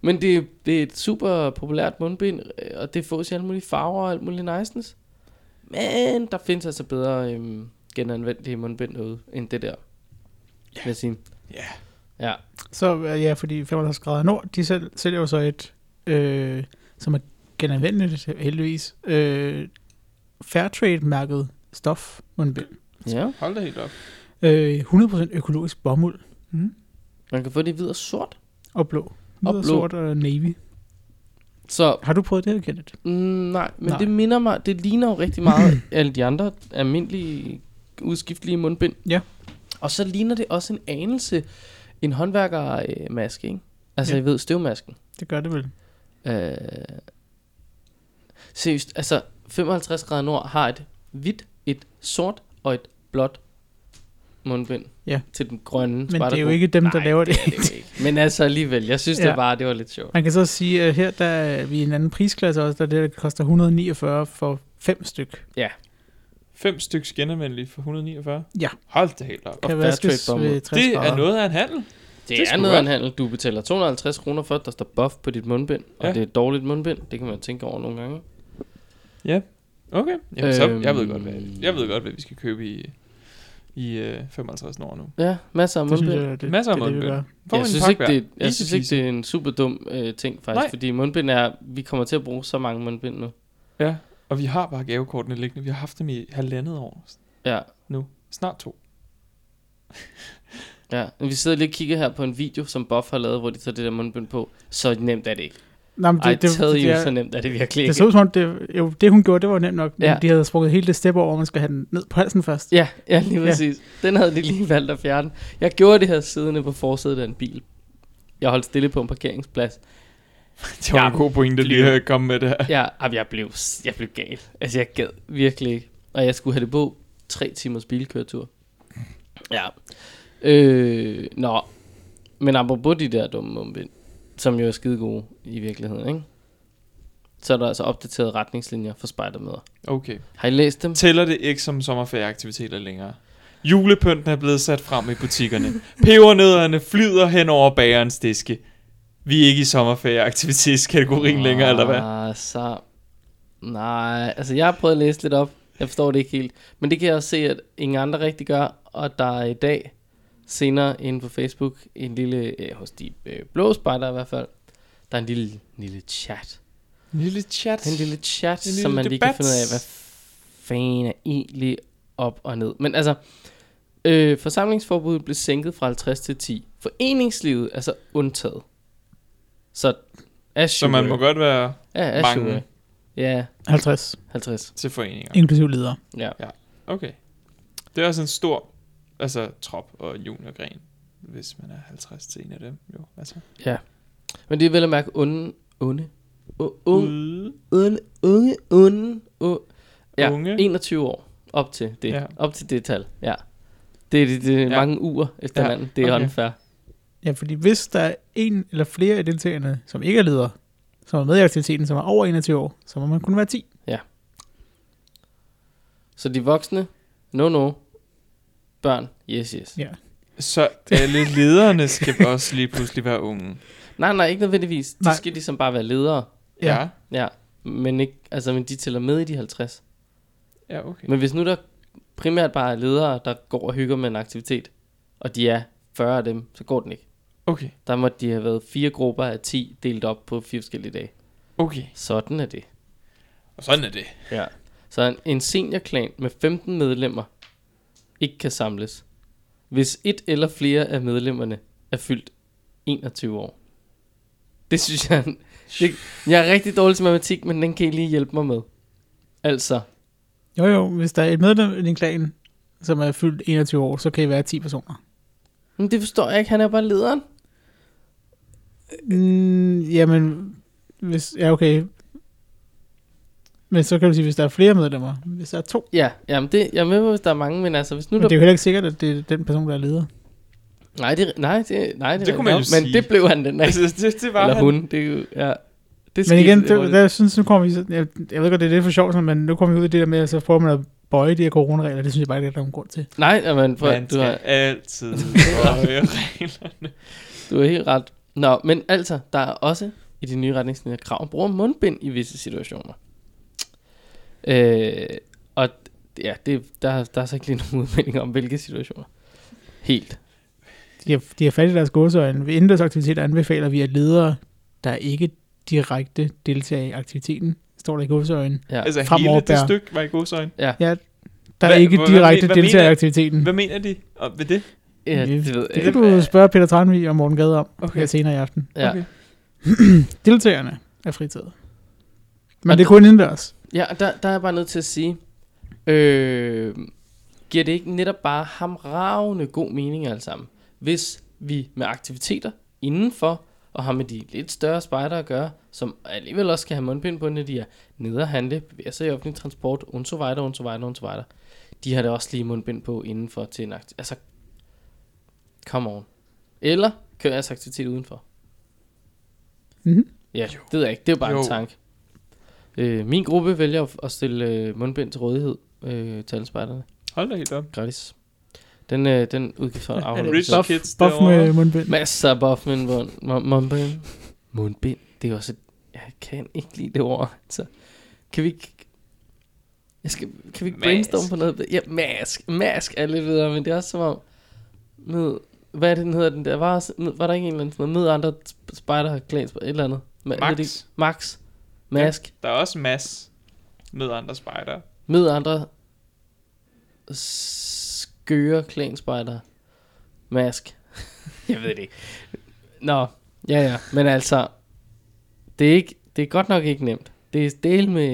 A: Men det, det er et super populært mundbind, øh, og det fås i alle mulige farver og alt muligt niceness. Men der findes altså bedre øhm, genanvendelige mundbind derude, end det der. Ja. Vil jeg sige.
B: Ja.
A: Ja.
C: Så øh, ja, fordi 55 grader nord, de selv, sælger jo så et, øh, som er genanvendeligt heldigvis, øh, Fairtrade-mærket stof mundbind.
A: ja.
B: Hold da helt op.
C: Øh, 100% økologisk bomuld mm.
A: Man kan få det i hvid og sort.
C: og blå. Hvid
A: Og
C: og
A: blå.
C: sort og navy.
A: Så
C: Har du prøvet det her, Kenneth?
A: mm, nej, men
C: Nej.
A: nej. det minder mig, det ligner jo rigtig meget alle de andre almindelige udskiftelige mundbind.
C: Ja.
A: Og så ligner det også en anelse en håndværkermaske, ikke? Altså,
C: Ja.
A: ja. I ved, støvmasken.
C: Det gør det vel.
A: Øh, seriøst, altså 55 grader nord har et hvidt, et sort og et blåt mundbind
C: Ja.
A: til den grønne
C: Men det er jo
A: spejdergruppe.
C: ikke dem, der
A: Nej,
C: laver det.
A: det er det jo ikke. Men altså alligevel, jeg synes ja.
C: Ja.
A: det bare, det var lidt sjovt.
C: Man kan så sige, at her der er vi i en anden prisklasse også, der er det, der koster 149 for fem styk.
B: Fem stykker genanvendelige for 149.
C: Ja.
B: Hold da helt op.
C: Kan
A: fair
C: vaskes
A: trade bomuld.
C: ved 60
B: Det er
C: grader.
B: noget af en handel.
A: Det,
B: Det
A: det
B: er
A: er
B: sgu
A: noget af en
B: godt.
A: handel. Du betaler 250 kroner for, at der står buff på dit mundbind, og
B: Ja.
A: det er et dårligt mundbind. Det kan man tænke over nogle gange.
B: Okay. Jamen, så,
A: Øhm.
B: jeg, ved godt, hvad, jeg ved godt, hvad vi skal købe i, i øh, 55 år nu.
A: Ja, masser af
C: Det synes
A: mundbind. Jeg,
C: jeg, det,
B: Masser af
C: det, er det, vi
B: mundbind.
C: gør.
B: Få en
A: synes,
B: pakke
A: ikke, det, er-
B: hver.
A: jeg
B: Easy
A: synes ikke,
B: peasy.
A: det er en super dum øh, ting faktisk,
B: Nej.
A: Nej. fordi mundbind er, vi kommer til at bruge så mange mundbind nu.
B: Ja, og vi har bare gavekortene liggende. Vi har haft dem i halvandet år
A: Ja,
B: nu. Snart to.
A: ja. Men Vi sidder lige og kigger her på en video, som Buff har lavet, hvor de tager det der mundbind på. Så nemt er det ikke.
C: Nej, men
A: Ej,
C: det, det, det,
A: tell you,
C: det,
A: så
C: det,
A: nemt er det virkelig ikke.
C: det så ud som om, det, jo, det hun gjorde, det var nemt nok, men
A: Ja.
C: de havde sprunget hele det step over, hvor man skal have den ned på halsen først.
A: Ja, ja lige
C: Ja.
A: præcis. Ja. Den havde de lige valgt at fjerne. Jeg gjorde det her siddende på forsædet af en bil. Jeg holdt stille på en parkeringsplads.
B: Det var en
A: Jamen,
B: god pointe,
A: det
B: lige at komme med det her.
A: Jeg, jamen, jeg, blev, jeg blev gal. Altså, jeg gad virkelig ikke. Og jeg skulle have det på tre timers bilkøretur. Ja. Øh, nå. Men apropos de der dumme mundbind, som jo er skide gode i virkeligheden, ikke? Så er der altså opdaterede retningslinjer for spejdermøder.
B: Okay.
A: Har I læst dem?
B: Tæller det ikke som sommerferieaktiviteter længere? Julepynten er blevet sat frem i butikkerne. Pebernødderne flyder hen over bagerens diske. Vi er ikke i sommerferieaktivitetskategorien længere, eller hvad?
A: Ah, så... Nej, altså jeg har prøvet at læse lidt op. Jeg forstår det ikke helt. Men det kan jeg også se, at ingen andre rigtig gør. Og der er i dag, senere inde på Facebook, en lille, øh, hos de øh, blå spejder i hvert fald, der er en lille, lille chat.
B: En lille chat.
A: En lille chat,
B: En lille
A: som man lige
B: debat.
A: kan finde ud af, hvad fanden er egentlig op og ned. Men altså, øh, forsamlingsforbuddet blev sænket fra 50 til 10. Foreningslivet er så undtaget. Så, as
B: Så man må godt være
A: Ja, er
B: mange.
A: mange. Ja,
C: 50,
A: 50.
B: til foreninger.
C: inklusiv ledere.
A: Ja.
B: Okay. Det er også en stor altså, trop og juniorgren, hvis man er 50 til en af dem. Jo, altså.
A: Men det er vel at mærke onde, onde, o- unge, unge, unge, unge, unge, ja,
B: Unge.
A: 21 år op til det,
B: Ja.
A: ja. op til det tal, ja. Det er, det, det er
B: Ja.
A: ja. mange uger efter
B: Ja,
A: ja. hinanden, det er
B: okay.
A: okay. unfair.
C: Ja, fordi hvis der er en eller flere af deltagerne, som ikke er ledere, som er med i aktiviteten, som er over 21 år, så må man kun være 10.
A: Så de voksne, no no, børn, yes yes.
C: Ja.
B: Så alle lederne skal også lige pludselig være unge.
A: Nej, nej, ikke nødvendigvis. De
C: Nej.
A: nej. skal ligesom bare være ledere,
B: Ja.
A: ja. Men, ikke, altså, men de tæller med i de 50.
B: Ja, okay.
A: Men hvis nu der primært bare er ledere, der går og hygger med en aktivitet, og de er 40 af dem, så går den ikke.
B: Okay,
A: Der måtte de have været fire grupper af 10 delt op på fire forskellige dage.
B: okay.
A: Sådan er det.
B: Og sådan er det.
A: Ja. Så en, en seniorklan med 15 medlemmer ikke kan samles. hvis et eller flere af medlemmerne er fyldt 21 år. Det synes jeg... Det, jeg er rigtig dårlig til matematik, men den kan I lige hjælpe mig med. Altså,
C: Jo jo, hvis der er et medlem i din klan, som er fyldt 21 år, så kan I være 10 personer.
A: men det forstår jeg ikke, han er bare lederen.
C: Mm, jamen, hvis, ja okay. Men så kan du sige, hvis der er flere medlemmer. Hvis der er to.
A: Ja, jamen det, jeg er med på, hvis der er mange, men altså, hvis nu
C: Men
A: der...
C: det er jo heller ikke sikkert, at det er den person, der er leder.
A: Nej, det, nej, det, nej, det,
B: Det
A: er
B: kunne man
A: rigtigt
B: jo
A: nok, Men
B: sige.
A: det blev han den dag.
B: Altså, det, det var
A: Eller
B: han.
A: hun, det er jo... Ja, det
C: Men
A: skete,
C: igen,
A: var
C: det, der synes nu kommer vi, så- jeg, jeg ved godt, det er lidt for sjovt, sådan, men nu kommer vi ud i det der med, at så prøver man at bøje de her coronaregler, det synes jeg bare ikke, der er nogen grund til.
A: Nej, men for,
B: Man
A: du, har,
B: skal altid overholde reglerne.
A: du er helt ret. Nå, men altså, der er også i de nye retningslinjer krav om brug af mundbind i visse situationer. Øh, og d- ja, det, der, der er så ikke lige nogen udmelding om, hvilke situationer. Helt.
C: De har, de har fat i deres godsøjne. Ved indendørs aktiviteter anbefaler vi, at ledere, der ikke direkte deltager i aktiviteten, står der i godsøjne,
A: Ja.
B: Altså, hele
C: Fremover
B: det
C: bærer.
B: stykke var i god øjne.
C: der
B: Hvad-
C: ikke
B: hvad- hvad
C: direkte
B: men- hvad
C: deltager i
B: mener-
C: aktiviteten.
A: Mm.
B: Hvad mener de om- ved det?
A: ja, det ved
C: det
A: jeg.
C: kan
A: ikke.
C: du spørge Peter Tranvig og Morten Gade om okay.
B: Okay.
C: her senere i aften.
A: Ja.
B: Okay.
C: Deltagerne er fritaget. Men
A: Og
C: det er kun indendørs.
A: Ja, og der, der er jeg bare nødt til at sige, øh, giver det ikke netop bare hamravende god mening alt sammen, hvis vi med aktiviteter indenfor, og har med de lidt større spejder at gøre, som alligevel også skal have mundbind på, når de er nede og handle, bevæger sig i offentlig transport, und so weiter, und so weiter, und so weiter. De har da også lige mundbind på indenfor til en aktivitet. Altså, come on. Eller kør jeres aktivitet udenfor.
C: Mm-hmm.
A: Ja, jo. det ved jeg ikke. Det er jo bare jo. en
B: Jo.
A: tanke. Øh, min gruppe vælger at- at stille øh, mundbind til rådighed øh, til alle spejderne.
B: Hold da helt op.
A: Gratis. Den, øh, den udgift for afholder vi
B: rich
A: selv.
B: buff? kids
C: buff med
B: derovre.
C: mundbind.
A: Masser af buff med en mund- mund- mundbind. Mundbind. Det er også et... Jeg kan ikke lide det ord. Så kan vi ikke... Jeg skal, kan vi ikke
B: Mask.
A: brainstorme på noget? bedre? Ja, mask. Mask er lidt videre, men det er også som om... Med, hvad er det, den hedder? Den der? Var, også- var der ikke en eller anden sådan noget? Med andre spejder, klans, et eller andet. Ma-
B: Max.
A: ved det ikke? Max. Mask.
B: Der er også Mads med andre spejdere.
A: Med andre skøre klanspejder. Mask. jeg ved det ikke. Nå, ja ja, men altså, det er, ikke, det er godt nok ikke nemt. Det er del med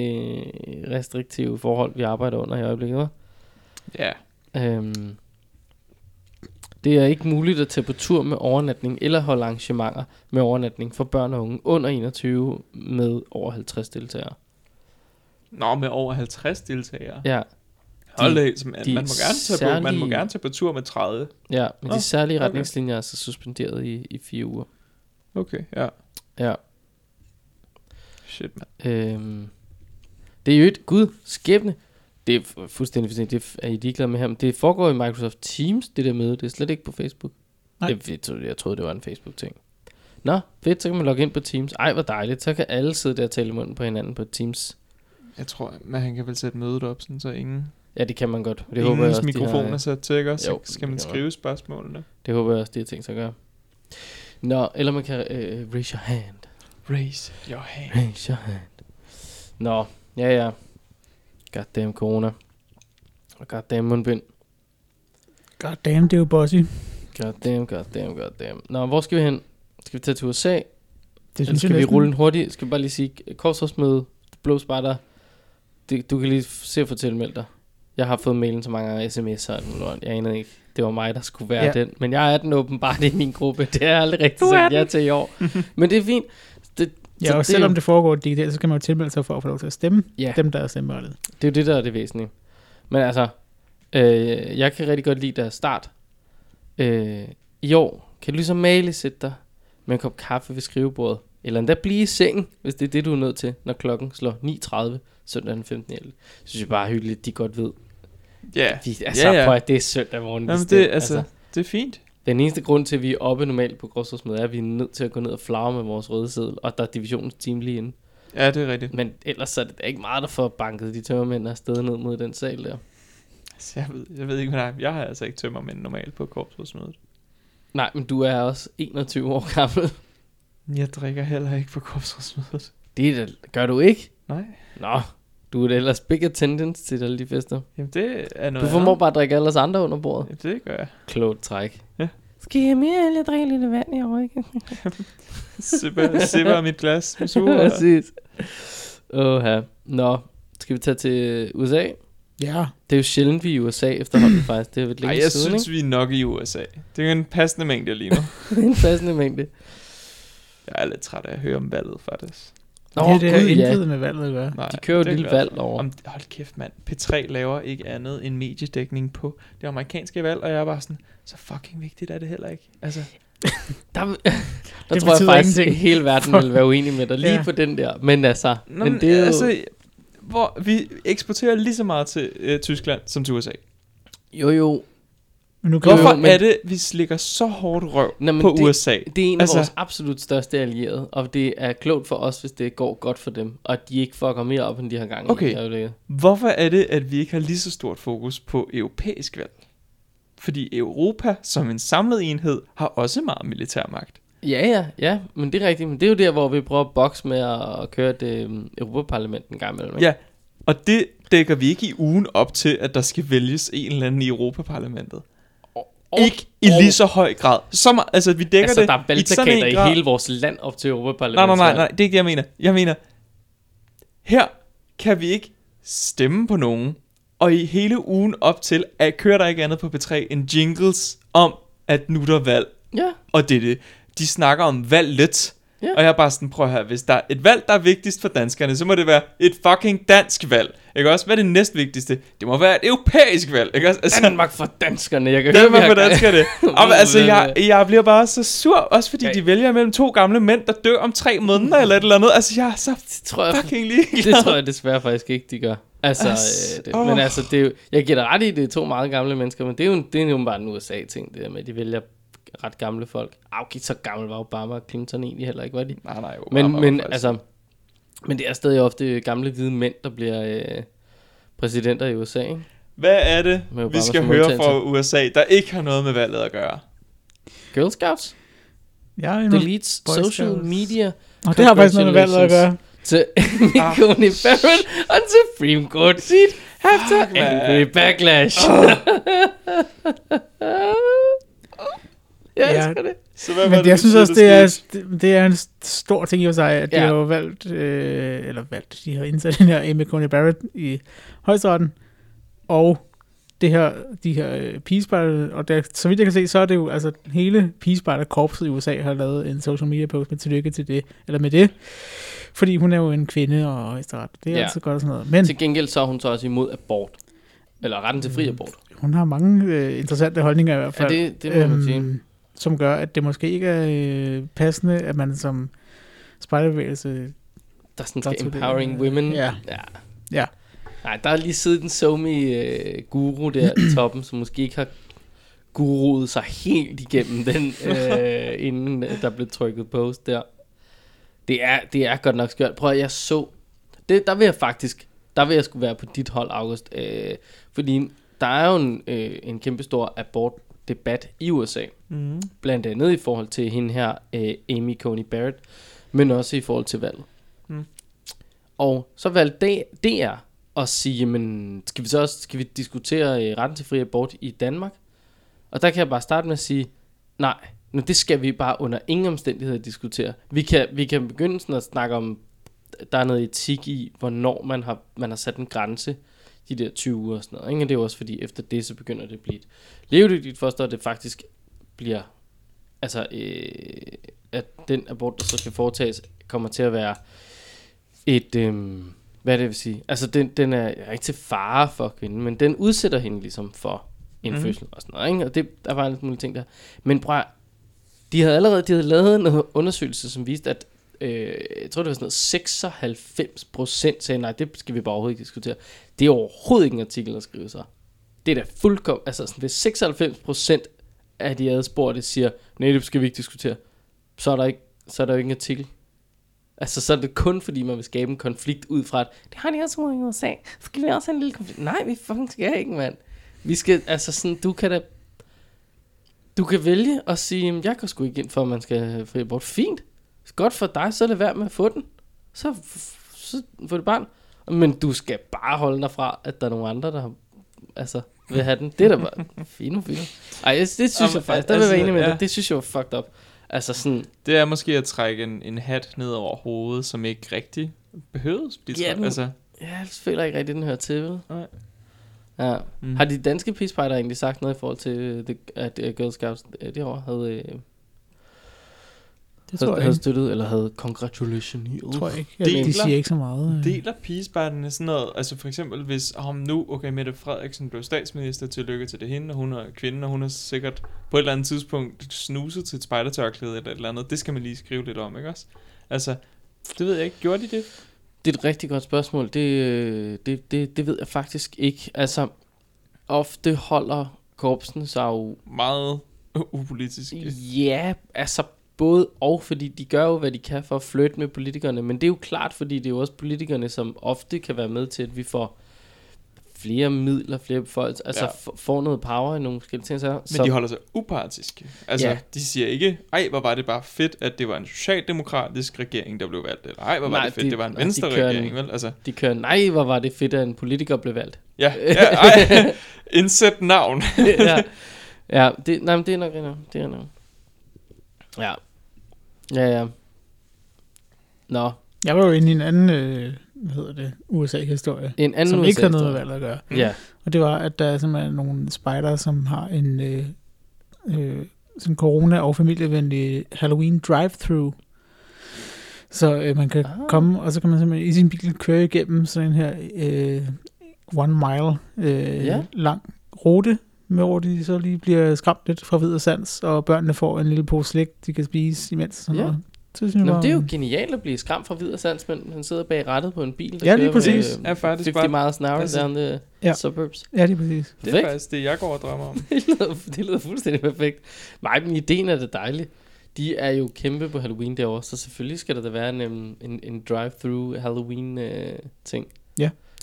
A: restriktive forhold, vi arbejder under i øjeblikket. hva'?
B: Ja.
A: Øhm, det er ikke muligt at tage på tur med overnatning eller holde arrangementer med overnatning for børn og unge under 21 med over 50 deltagere.
B: Nå, med over 50 deltagere.
A: Ja,
B: Hold da, helt- man,
A: de
B: man, må gerne tage på, man må
A: særlige-
B: gerne tage på tur med 30.
A: Ja, men oh,
B: Nå,
A: de særlige
B: okay.
A: retningslinjer er altså suspenderet i, i fire uger.
B: Okay, ja.
A: Ja.
B: Shit, mand.
A: Øhm, det er jo et, gud, skæbne. Det er fu- fuldstændig forstændigt, det er I ligeglade med her, men det foregår i Microsoft Teams, det der møde, det er slet ikke på Facebook.
C: Nej.
A: Jeg, jeg, troede, jeg troede, det var en Facebook-ting. Nå, fedt, så kan man logge ind på Teams. Ej, hvor dejligt, så kan alle sidde der og tale i munden på hinanden på Teams.
B: Jeg tror, man han kan vel sætte mødet op, sådan, så ingen,
A: Ja, det kan man godt. Det
B: det
A: håber jeg også,
B: ingens
A: de har-
B: mikrofon er sat til, ikke også?
A: Jo,
B: Jo, skal
A: det
B: man
A: kan man.
B: skrive spørgsmålene?
A: Det håber jeg også, de har tænkt sig at gøre. Nå, eller man kan øh, raise your hand.
B: Raise your hand.
A: Raise your hand. Nå, ja ja. Goddamn corona. Og goddamn mundbind.
C: God damn, det er jo bossy.
A: Goddamn, goddamn, goddamn. Nå, hvor skal vi hen? Skal vi tage til USA?
C: Det
A: Eller
C: synes
A: skal
C: jeg
A: vi
C: næsten.
A: rulle den hurtigt? Skal vi bare lige sige, korsrådsmøde, blå spejder. Det, du kan lige se at få tilmeldt dig. Jeg har fået mailen så mange gange, sms'er og alt muligt lort. Jeg anede ikke, det var mig, der skulle være
C: Ja.
A: ja. den. Men jeg er den åbenbart i min gruppe. Det er aldrig rigtig sagt ja til i år. Men det er fint. Det, så
C: Ja, og
A: det er
C: selvom
A: jo-
C: det foregår digitalt, så kan man jo tilmelde sig for at få lov til at stemme.
A: Ja.
C: Dem, der er stemmerettet.
A: Det er jo det, der er det væsentlige. Men altså, øh, jeg kan rigtig godt lide deres start. Øh, I år kan du ligesom male sætte dig med en kop kaffe ved skrivebordet. Eller endda blive i sengen, hvis det er det, du er nødt til, når klokken slår 9.30 søndag den 15. 11. Det synes jeg bare er hyggeligt, de godt ved.
B: Ja,
A: Vi, altså,
B: ja, ja.
A: Prøv, at det er søndag morgen.
B: Jamen,
A: hvis
B: det, altså, det er fint.
A: den eneste grund til, at vi er oppe normalt på gråsrådsmødet, er, at vi er nødt til at gå ned og flagre med vores røde seddel, og der er divisionens team lige inde.
B: Ja, det er rigtigt.
A: Men ellers så er det da ikke meget, der får banket de tømmermænd afsted ned mod den sal der.
B: Altså, jeg, ved, jeg ved ikke, hvordan jeg har altså ikke tømmermænd normalt på korpsrådsmødet.
A: Nej, men du er også 21 år gammel.
B: Jeg drikker heller ikke på korpsrådsmødet.
A: Det er da- gør du ikke?
B: Nej.
A: Nå, Du er da ellers big attendance til alle de fester.
B: Jamen, det er
A: Du
B: noget
A: formår bare at drikke alle os andre under bordet.
B: andet. Det gør jeg.
A: Klogt træk.
B: Ja.
A: Skal jeg mere eller drikke lidt vand i ryggen?
B: Sipper, sipper af mit glas med sugerør.
A: Præcis. Åh, ja. Nå, skal vi tage til USA?
C: Ja.
A: Det er jo sjældent, vi er i USA efterhånden faktisk. Det er jo lidt
B: Ej,
A: længe
B: jeg
A: siden,
B: synes, vi er nok i USA. Det er en passende mængde lige nu.
A: ikke? en passende mængde.
B: Jeg er lidt træt af at høre om valget, faktisk.
A: Nå,
C: det er det,
A: gud,
C: har
A: ja.
C: intet med valget at gøre.
B: Nej,
A: De kører jo et
B: det er
A: lille
B: godt.
A: valg over.
B: Om, hold kæft, mand. P3 laver ikke andet end mediedækning på det amerikanske valg, og jeg er bare sådan, så fucking vigtigt er det heller ikke. Altså,
A: Der, der tror jeg
C: betyder
A: faktisk, at
C: ingenting.
A: hele verden ville være uenig med dig lige
C: Ja.
A: på den der. Men altså,
B: Nå,
A: men det er jo... Altså,
B: altså hvor vi eksporterer lige så meget til øh, Tyskland som til USA.
A: jo, jo.
C: Men nu kan
B: Hvorfor
C: vi
A: jo, men-
B: er det, vi slikker så hårdt røv
A: Nå, men
B: på
A: det-
B: USA?
A: Det er en af altså, vores
B: Altså-
A: absolut største allierede, og det er klogt for os, hvis det går godt for dem, og at de ikke fucker mere op, end de har gang
B: Okay.
A: i. Okay.
B: Hvorfor er det, at vi ikke har lige så stort fokus på europæisk valg? Fordi Europa som en samlet enhed har også meget militærmagt.
A: Ja, ja, ja, men det er rigtigt. Men det er jo der, hvor vi prøver at bokse med at, at køre det øhm, Europaparlament en gang imellem. Ikke?
B: Ja, og det dækker vi ikke i ugen op til, at der skal vælges en eller anden i Europaparlamentet.
A: Og-
B: ikke i
A: og-
B: lige så høj grad. Så meget, altså, vi dækker
A: altså,
B: det
A: der er
B: i sådan
A: valgplakater
B: en
A: i
B: grad.
A: hele vores land op til
B: Nej,
A: Europaparlamentet.
B: nej, nej, nej, det er ikke det, jeg mener. Jeg mener, her kan vi ikke stemme på nogen, og i hele ugen op til, at kører der ikke andet på P3 end jingles om, at nu er der valg,
A: Ja,
B: og det er det. De snakker om valget,
A: Ja.
B: og jeg er bare sådan, prøv at høre, hvis der er et valg, der er vigtigst for danskerne, så må det være et fucking dansk valg. Ikke også? Hvad er det næstvigtigste? Det må være et europæisk valg, ikke også? Altså,
A: Danmark for danskerne. Jeg kan høre,
B: det
A: vi
B: var
A: har
B: for
A: gang-
B: danskerne. Jamen, altså, jeg, jeg bliver bare så sur, også fordi
A: Ja.
B: de vælger mellem to gamle mænd, der dør om tre måneder eller et eller andet. Altså, jeg er så
A: Det tror jeg
B: fucking ligeglad.
A: Det tror jeg desværre faktisk ikke, de gør. Altså,
B: Altså,
A: øh, det, men
B: åh.
A: altså, det er jo, jeg giver dig ret i, at det er to meget gamle mennesker, men det er jo, det er jo bare en USA-ting, det der med, at de vælger ret gamle folk. Ah, Okay, så gammel var Obama og Clinton egentlig heller ikke, var de?
B: Nej, nej, Obama
A: Men,
B: var
A: men
B: faktisk-
A: altså, men det er stadig ofte gamle hvide mænd, der bliver øh, præsidenter i USA, ikke?
B: Hvad er det,
A: Med Obama
B: vi skal
A: som
B: høre
A: undtagelse.
B: fra USA, der ikke har noget med valget at gøre?
A: Girl Scouts
C: Ja, det,
A: deletes
C: Boy
A: social
C: Scouts.
A: media
C: og det har faktisk noget med valget at gøre.
A: to
B: Ah,
A: Coney Barrett on Supreme Court seat after
B: Fuck, man.
A: angry backlash. jeg
C: Ja.
A: elsker det.
B: Så hvad var
C: Men det,
B: du
C: jeg synes
B: siger,
C: også,
B: der
C: det er,
B: skete?
C: det- det er en stor ting i og for sig, at de
A: Ja.
C: ja. har jo valgt, øh, eller valgt, de har indsat den her Amy Coney Barrett i højstretten, og det her, de her øh, Peace Spider, og der, så vidt jeg kan se, så er det jo, altså hele Peace Spider korpset i USA har lavet en social media post med tillykke til det, eller med det, fordi hun er jo en kvinde og højsteret, det er
A: Ja.
C: ja. altid godt og sådan noget. Men
A: Til gengæld så er hun så også imod abort. Eller retten til fri abort.
C: hun har mange øh, interessante holdninger i hvert
A: Ja,
C: fald.
A: det, det må
C: øhm,
A: man sige.
C: som gør, at det måske ikke er øh, passende, at man som spejderbevægelse...
A: Der er sådan skal
C: der er til det,
A: empowering
C: øh,
A: women.
C: ja.
A: ja.
C: Ja.
A: Nej, der er lige siddet en somi-guru der i toppen, som måske ikke har guruet sig helt igennem den, øh, inden øh, der blev trykket post der. Det er, det er godt nok skørt. Prøv at jeg så... Det, der vil jeg faktisk... Der vil jeg skulle være på dit hold, August. Øh, fordi der er jo en, øh, en kæmpe stor abortdebat i USA.
B: Mm.
A: Blandt andet i forhold til hende her, øh, Amy Coney Barrett, men også i forhold til valget.
B: Mm.
A: Og så valgte D- DR at sige, jamen, skal vi så også skal vi diskutere øh, retten til fri abort i Danmark? Og der kan jeg bare starte med at sige, nej, nu det skal vi bare under ingen omstændigheder diskutere. Vi kan, vi kan begynde sådan at snakke om, der er noget etik i, hvornår man har, man har sat en grænse, de der 20 uger og sådan noget. Ikke? Og det er jo også fordi, efter det, så begynder det at blive et levedygtigt foster, og det faktisk bliver, altså, øh, at den abort, der så skal foretages, kommer til at være et, øh, hvad det vil sige, altså den, den er, er ikke til fare for kvinden, men den udsætter hende ligesom for en
B: Mhm.
A: mm. fødsel og sådan noget, ikke? og det, der var en lille smule ting der. Men prøv at- de havde allerede de havde lavet en undersøgelse, som viste, at øh, jeg tror, det var sådan noget, 96 procent sagde, nej, det skal vi bare overhovedet ikke diskutere. Det er overhovedet ikke en artikel at skrive sig. Det er da fuldkommen, altså sådan, hvis 96 procent af de adspurgte siger, nej, det skal vi ikke diskutere, så er der ikke, så er der jo ikke en artikel. Altså, så er det kun fordi, man vil skabe en konflikt ud fra, at det har de også ude i USA. Skal vi også have en lille konflikt? Nej, vi fucking skal ikke, mand. Vi skal, altså sådan, du kan da du kan vælge at sige, "Jamen, jeg går sgu ikke ind for, at man skal have fri abort. Fint. Godt for dig, så lad være med at få den. Så, f- så få det barn. Men du skal bare holde dig fra, at der er nogle andre, der har, altså, vil have den. Det er da bare fino, fino. Ej, det, det synes
B: Jamen,
A: jeg faktisk, der vil jeg
B: altså,
A: være enig med
B: ja.
A: ja. det. Det synes jeg var fucked up. Altså sådan,
B: Det er måske at trække en, en hat ned over hovedet, som ikke rigtig behøves. Blive
A: Ja,
B: ja,
A: den-
B: altså,
A: ja, jeg føler ikke rigtig, den hører til, vel?
B: Nej.
A: Ja.
B: mm.
A: Har de danske Peace Fighter egentlig sagt noget i forhold til, øh, det- at øh, Girl Scouts øh, det år havde, øh,
C: Det tror
A: havde,
C: jeg
A: havde
C: ikke.
A: støttet, eller havde congratulation i
C: Tror jeg ikke. Jeg,
B: Deler-
C: de siger ikke så meget.
A: Mm.
C: øh.
B: Deler pigesparterne sådan noget? Altså for eksempel, hvis om nu, okay, Mette Frederiksen blev statsminister, tillykke til det hende, og hun er kvinde, og hun er sikkert på et eller andet tidspunkt snuset til et spejdertørklæde eller et eller andet. Det skal man lige skrive lidt om, ikke også? Altså, det ved jeg ikke. Gjorde de det?
A: Det er et rigtig godt spørgsmål. Det, øh, det, det, det ved jeg faktisk ikke. Altså, ofte holder korpsen sig jo...
B: Meget upolitisk.
A: Ja, altså både og, fordi de gør jo, hvad de kan for at flytte med politikerne. Men det er jo klart, fordi det er jo også politikerne, som ofte kan være med til, at vi får flere midler, flere folk, altså
B: Ja.
A: ja. får noget power i nogle forskellige ting. Så,
B: Men de holder sig upartiske. Altså,
A: Ja.
B: ja. de siger ikke, ej, hvor var det bare fedt, at det var en socialdemokratisk regering, der blev valgt. Eller ej, hvor var
A: Nej,
B: det fedt,
A: de-
B: det var en
A: nej, de
B: venstre
A: kører
B: regering,
A: en-
B: vel? Altså,
A: de kører, nej, hvor var det fedt, at en politiker blev valgt.
B: ja, ja ej, indsæt navn.
A: ja, ja det, nej, men det er nok rigtigt. Det er nok. Ja. Ja, ja. Nå,
C: Jeg var jo inde i en anden, øh, hvad hedder det, USA-historie,
A: en anden
C: som ikke har noget med
A: valg.
C: valg at gøre.
A: Ja,
C: Og det var, at der er simpelthen nogle spejdere, som har en øh, øh, sådan corona- og familievenlig Halloween drive-through. Så øh, man kan
A: Ah.
C: ah. komme, og så kan man simpelthen i sin bil køre igennem sådan en her øh, one mile øh,
A: Ja.
C: ja. lang rute, med hvor de så lige bliver skræmt lidt fra vid og sans, og børnene får en lille pose slik, de kan spise imens. Sådan
A: Ja.
C: noget. Så synes jeg,
A: Nå,
C: var-
A: men det er jo genialt at blive skræmt fra videre sans, men han sidder bag rattet på en bil. Der
C: Ja, lige
A: kører ved,
C: præcis.
A: øh,
B: Ja, faktisk
A: 50
B: bare-
A: miles an hour
B: altså-
A: down the
C: Ja.
A: suburbs.
C: Ja, det er præcis.
B: Det er
A: Perfekt.
B: faktisk det, jeg går og drømmer om.
A: det, lyder, det lyder fuldstændig perfekt. Nej, men ideen er det dejlig. De er jo kæmpe på Halloween derovre, så selvfølgelig skal der da være en, øhm, en, en drive-through Halloween-ting.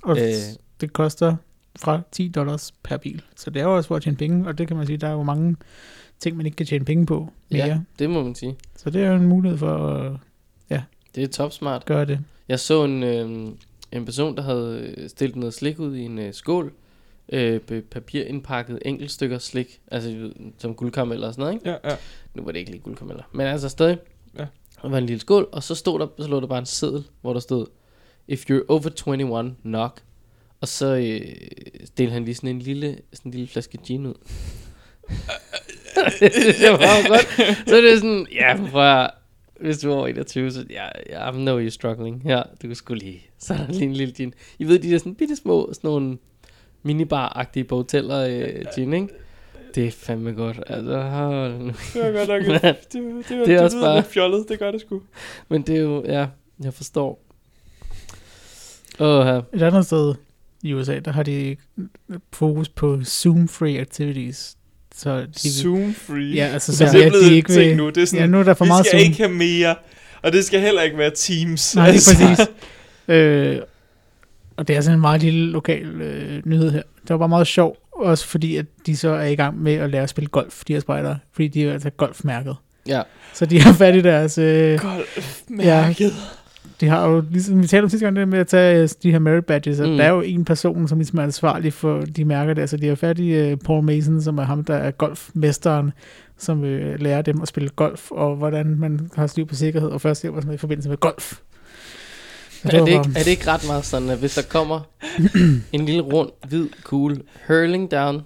C: Og
A: Øh.
C: øh. det koster fra 10 dollars per bil. Så det er jo også for at tjene penge, og det kan man sige, der er jo mange ting, man ikke kan tjene penge på mere.
A: ja,
C: Ja.
A: det må man sige.
C: Så det er jo en mulighed for at
A: Det er topsmart.
C: gøre det.
A: Jeg så en, øh, en person, der havde øh, stillet noget slik ud i en øh, skål. Øh, p- papirindpakket enkeltstykker slik, altså I ved, som guldkarameller og sådan noget, ikke?
B: Ja, ja.
A: Nu var det ikke lige guldkarameller, men altså stadig.
B: Ja.
A: Der var en lille skål, og så stod der, så lå der bare en seddel, hvor der stod, If you're over 21, knock. Og så øh, delte han lige sådan en lille, sådan en lille flaske gin ud. det synes jeg var meget godt. Så er det sådan, ja, prøv at, høre, hvis du er over 21, så ja, yeah, I know you're struggling. Ja, du kan sgu lige. Så er der lige en lille gin. I ved, de der sådan bitte små, sådan nogle minibar-agtige på hoteller øh, gin, ikke? Det er fandme godt. Altså, hold nu
B: Det var godt nok.
A: Men-
B: Det, det, var, det,
A: Det er
B: det
A: også
B: lyder
A: bare-
B: lidt fjollet, det gør det sgu.
A: Men det er jo, ja, jeg forstår. Åh,
C: Et andet sted i USA, der har de fokus på Zoom-free activities. Så de,
B: Zoom free.
C: Ja, altså,
B: så
C: så,
B: det er
C: ja,
B: blevet ikke
C: de ikke
B: ting
C: vil-
B: nu. Det er sådan,
C: ja, nu er der for
B: vi
C: meget
B: skal
C: Zoom.
B: ikke have mere, og det skal heller ikke være Teams.
C: Nej, altså. præcis. øh, og det er sådan en meget lille lokal øh, nyhed her. Det var bare meget sjovt, også fordi at de så er i gang med at lære at spille golf, de her spejdere, fordi de er altså golfmærket.
A: ja.
C: Så de har fat i deres... Øh,
B: Golfmærket.
C: De har jo, ligesom vi talte om sidste gang, det der med at tage øh, de her merit badges, at
A: Mm.
C: mm. der er jo en person, som ligesom er ansvarlig for de mærker der, så de har fat i uh, Paul Mason, som er ham, der er golfmesteren, som uh, lærer dem at spille golf, og hvordan man har styr på sikkerhed og førstehjælp og sådan noget i forbindelse med golf. Så
A: Er
C: var
A: det, ikke,
C: bare-
A: er det ikke ret meget sådan, at hvis der kommer en lille rund, hvid kugle, hurling down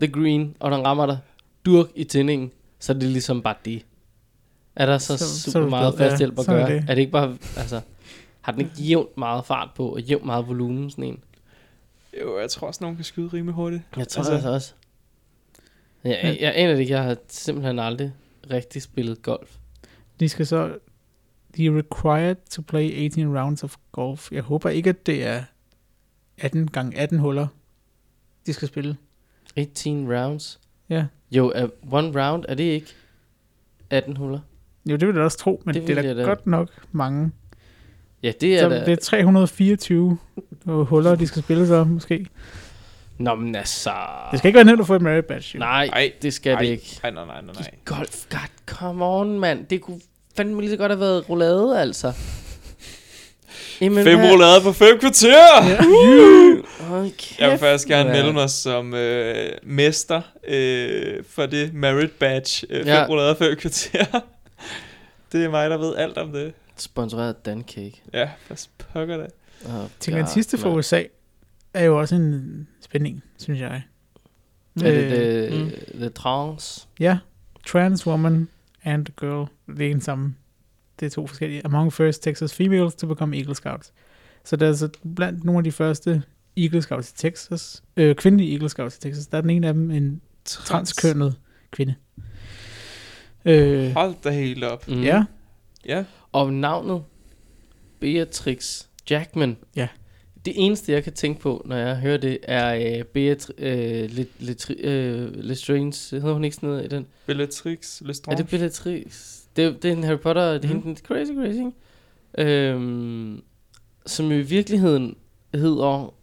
A: the green, og den rammer dig durk i tændingen, så er det ligesom bare det. Er der så,
C: Så- så
A: så
C: er
A: super
C: du
A: meget
C: død, ja.
A: fast hjælp at
C: Sådan er
A: gøre? Er
C: det.
A: det ikke bare, altså, har den ikke jævnt meget fart på, og jævnt meget volumen, sådan en?
B: Jo, jeg tror også, nogen kan skyde rimelig hurtigt.
A: Jeg tror altså,
B: Altså-
A: altså også. Jeg, jeg, jeg aner det ikke, jeg har simpelthen aldrig rigtig spillet golf.
C: De skal så... De er required to play 18 rounds of golf. Jeg håber ikke, at det er 18 gange 18 huller, de skal spille.
A: 18 rounds.
C: Ja.
A: Jo, er one round, er det ikke 18 huller?
C: Jo, det vil jeg da også tro, men
A: Det
C: det, det er
A: ville
C: da
A: jeg da.
C: godt nok mange.
A: Ja, det er
C: Så
A: da...
C: det er 324 huller, de skal spille så, måske.
A: Nå, men altså...
C: Det skal ikke være nemt at få et merit badge. jo.
A: Nej,
B: Ej,
A: det skal
B: Ej,
A: det ikke.
B: Nej, nej, nej, nej, nej.
A: Golf, god, come on, mand. Det kunne fandme lige så godt have været roulade, altså. Jamen,
B: Fem
A: hvad-
B: roulader på fem kvarter!
C: Ja.
A: Hold kæft.
B: Jeg vil først gerne
A: mand.
B: melde mig som øh, mester øh, for det merit badge. Øh,
A: Ja.
B: ja. Fem roulader, fem kvarter. det er mig, der ved alt om det.
A: Sponsoreret af Dancake.
B: Ja, hvad pokker det.
A: Oh,
C: Til den sidste fra USA er jo også en spænding, synes jeg.
A: Er det The,
B: Øh, mm.
A: the Trance?
C: Ja, Trans Woman and Girl, det er den samme. Det er to forskellige. Among first Texas females to become Eagle Scouts. Så der er så blandt nogle af de første Eagle Scouts i Texas, øh, kvindelige Eagle Scouts i Texas, der er den ene af dem en transkønnet kvinde. Øh,
B: Hold da helt op.
A: Mm.
C: ja,
B: Ja.
A: Og navnet Beatrix Jackman.
C: Ja.
A: Det eneste, jeg kan tænke på, når jeg hører det, er uh, Beatrix uh, øh, Lestrange. Hedder hun ikke sådan noget i den?
B: Bellatrix
A: Er
B: Lestrange.
A: det Bellatrix? Det, det er en Harry Potter, det er mm. hende, crazy, crazy, ikke? Øhm, som jo i virkeligheden hedder...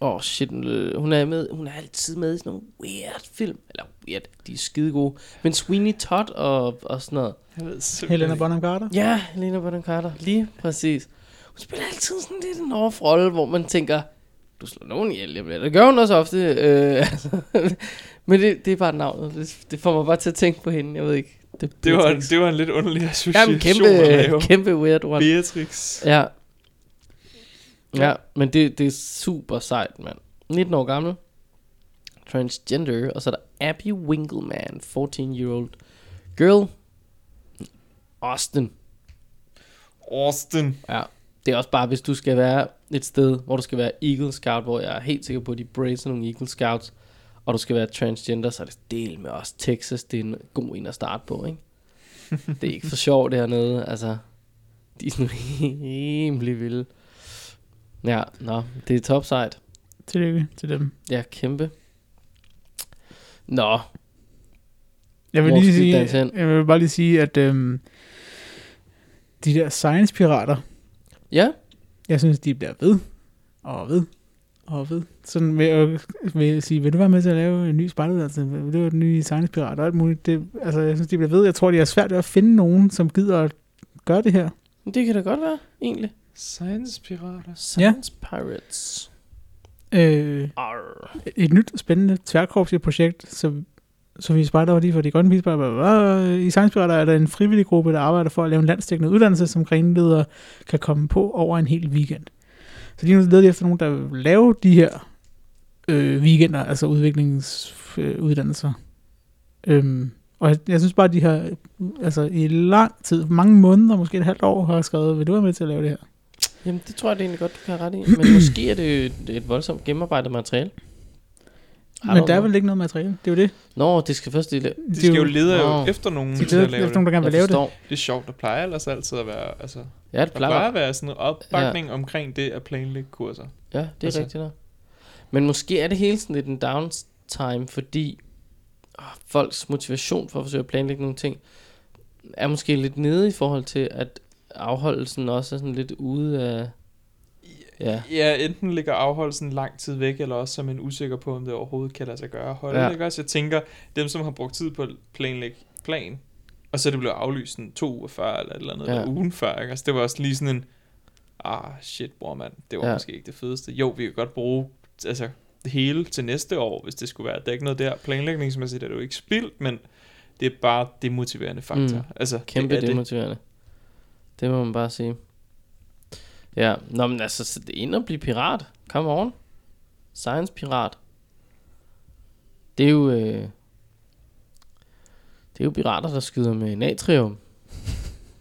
A: Åh, oh shit, øh, hun er, med, hun er altid med i sådan nogle weird film. Eller weird, de er skide gode. Men Sweeney Todd og, og sådan noget.
B: Jeg ved simpelthen
C: Helena
B: ikke.
C: Bonham Carter.
A: Ja, Helena Bonham Carter, lige præcis. Hun spiller altid sådan lidt en off rolle, hvor man tænker, du slår nogen ihjel, jeg bliver. Det gør hun også ofte. Øh, altså, men det, det er bare navnet. Det, det, får mig bare til at tænke på hende, jeg ved ikke. Det,
B: Det var,
A: Beatrix.
B: det var en lidt underlig association
A: Jamen,
B: Jamen, at lave.
A: kæmpe, kæmpe weird one.
B: Beatrix.
A: Ja. Ja, men det, det er super sejt, mand. 19 år gammel. Transgender. Og så er der Abby Winkleman, 14-year-old girl. Austin.
B: Austin.
A: Ja. Det er også bare, hvis du skal være et sted, hvor du skal være Eagle Scout, hvor jeg er helt sikker på, at de bracer nogle Eagle Scouts, og du skal være transgender, så er det del med os. Texas, det er en god en at starte på, ikke? Det er ikke for sjovt dernede, altså. De er sådan rimelig vilde. Ja, nå, det er top sejt.
C: Tillykke til dem.
A: Ja, kæmpe. Nå,
C: Jeg vil,
A: Hvor
C: lige
A: skal vi
C: sige,
A: danse hen?
C: jeg vil bare lige sige, at øhm, de der science-pirater,
A: ja,
C: jeg synes, de bliver ved og ved og ved. Sådan ved at, ved at sige, vil du være med til at lave en ny spejluddannelse? Vil du være den nye science-pirat og alt muligt? Det, altså, jeg synes, de bliver ved. Jeg tror, de har svært ved at finde nogen, som gider at gøre det her.
A: det kan da godt være, egentlig.
B: Science Pirater.
A: Science Pirates.
C: Øh,
A: Arr.
C: et nyt spændende tværkorpsligt projekt, som så vi spejder var lige for de grønne pispejder. bla, bla, bla. I Sciencepirater er der en frivillig gruppe, der arbejder for at lave en landstækkende uddannelse, som grenledere kan komme på over en hel weekend. Så lige nu leder de efter nogen, der vil lave de her øh, weekender, altså udviklingsuddannelser. Øhm, og jeg- jeg synes bare, at de har altså, i lang tid, mange måneder, måske et halvt år, har skrevet, vil du være med til at lave det her?
A: Jamen, det tror jeg det egentlig godt, du kan have ret i. Men måske er det jo et, et voldsomt gennemarbejdet materiale. I
C: Men
A: don't
C: der er
A: know.
C: vel ikke noget materiale, det er jo det.
A: Nå, det skal først lige... la-
B: De skal jo
C: de
B: lede jo
A: Wow.
B: efter nogen, til
C: leder
B: at
C: efter
B: lave det.
C: nogen, der gerne
A: Jeg
C: vil lave det.
A: forstår.
B: Det er sjovt, der plejer ellers altid at være, altså,
A: Ja, det
B: der plejer
A: plejer.
B: at være sådan en opbakning ja. omkring det at planlægge kurser.
A: Ja, det er altså.
B: Altså.
A: rigtigt nok. Men måske er det hele sådan lidt en downtime, fordi åh, folks motivation for at forsøge at planlægge nogle ting, er måske lidt nede i forhold til, at afholdelsen også er sådan lidt ude af... Ja,
B: Ja, enten ligger afholdelsen lang tid væk, eller også er man usikker på, om det overhovedet kan lade sig gøre at holde.
A: Ja.
B: Ja. Ikke også? Jeg tænker, dem som har brugt tid på at planlægge plan, og så er det blevet aflyst sådan to uger før, eller et eller andet,
A: Ja.
B: ja. eller ugen før, ikke? Altså, det var også lige sådan en, ah shit bror mand, det var
A: Ja.
B: ja. måske ikke det fedeste. Jo, vi kan godt bruge altså, det hele til næste år, hvis det skulle være. Der er ikke noget der planlægningsmæssigt, er det jo ikke spildt, men det er bare demotiverende faktor.
A: Mm.
B: Mm. Altså,
A: kæmpe
B: det er det.
A: demotiverende. Det må man bare sige. Ja, nå men altså, så det er ind og blive pirat. Come on. Science pirat. Det er jo... Øh, det er jo pirater, der skyder med natrium.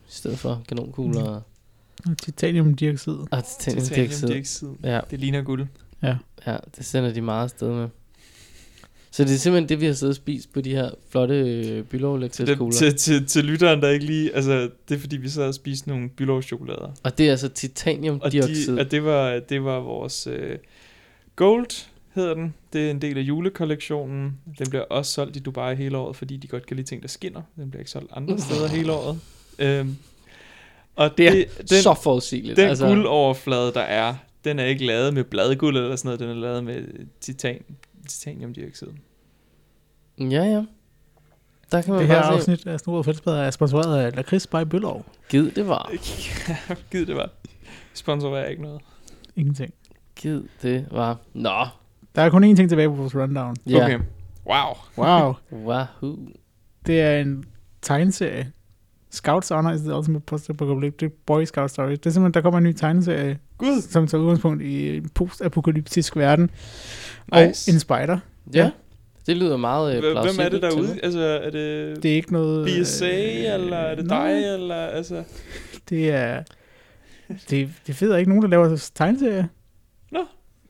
A: I stedet for kanonkugler og-
C: Titaniumdioxid.
A: og titaniumdioxid.
B: Titaniumdioxid.
A: Ja,
B: Det ligner guld.
A: ja, det sender de meget afsted med. Så det er simpelthen det, vi har siddet og spist på de her flotte øh,
B: Til, dem,
A: bylovlektiskugler.
B: til, til, til lytteren, der ikke lige... Altså, det er fordi, vi sad og spiste nogle bylovschokolader.
A: Og det er altså
B: Og, de,
A: titaniumdioxid.
B: og det, var, det var vores øh, Gold, hedder den. Det er en del af julekollektionen. Den bliver også solgt i Dubai hele året, fordi de godt kan lide ting, der skinner. Den bliver ikke solgt andre steder hele året. Øhm, og
A: Det
B: det,
A: er
B: den,
A: så forudsigeligt.
B: den altså... guldoverflade, der er, den er ikke lavet med bladguld eller sådan noget. Den er lavet med titan, titaniumdioxid.
A: Ja, ja. Der kan man
C: Det her
A: bare se,
C: afsnit af Snobrød Fællesbader er sponsoreret af Lakrids by Bøllov.
A: gid det var.
B: Gid det var. sponsorerer ikke noget.
C: Ingenting.
A: Gid, det var... Nå,
C: Der er kun én ting tilbage på vores rundown.
A: ja. Okay.
B: Okay. Wow.
C: Wow.
A: Wahoo.
C: det er en tegneserie. Scouts Honor is the ultimate post-apocalyptic boy scout story. Det er simpelthen, der kommer en ny tegneserie,
B: Gud.
C: som tager udgangspunkt i en post-apokalyptisk verden.
B: Nice.
C: Og en spider.
A: Ja.
C: Ja.
A: ja. Det lyder meget øh,
B: Hvem-
A: plausibelt.
B: Hvem er det
A: til
B: derude? Altså, er det,
C: Det er ikke noget... øh,
B: BSA, eller er det
C: nej,
B: dig, eller altså...
C: det er... Det, det er fedt, at der ikke er nogen, der laver tegneserier.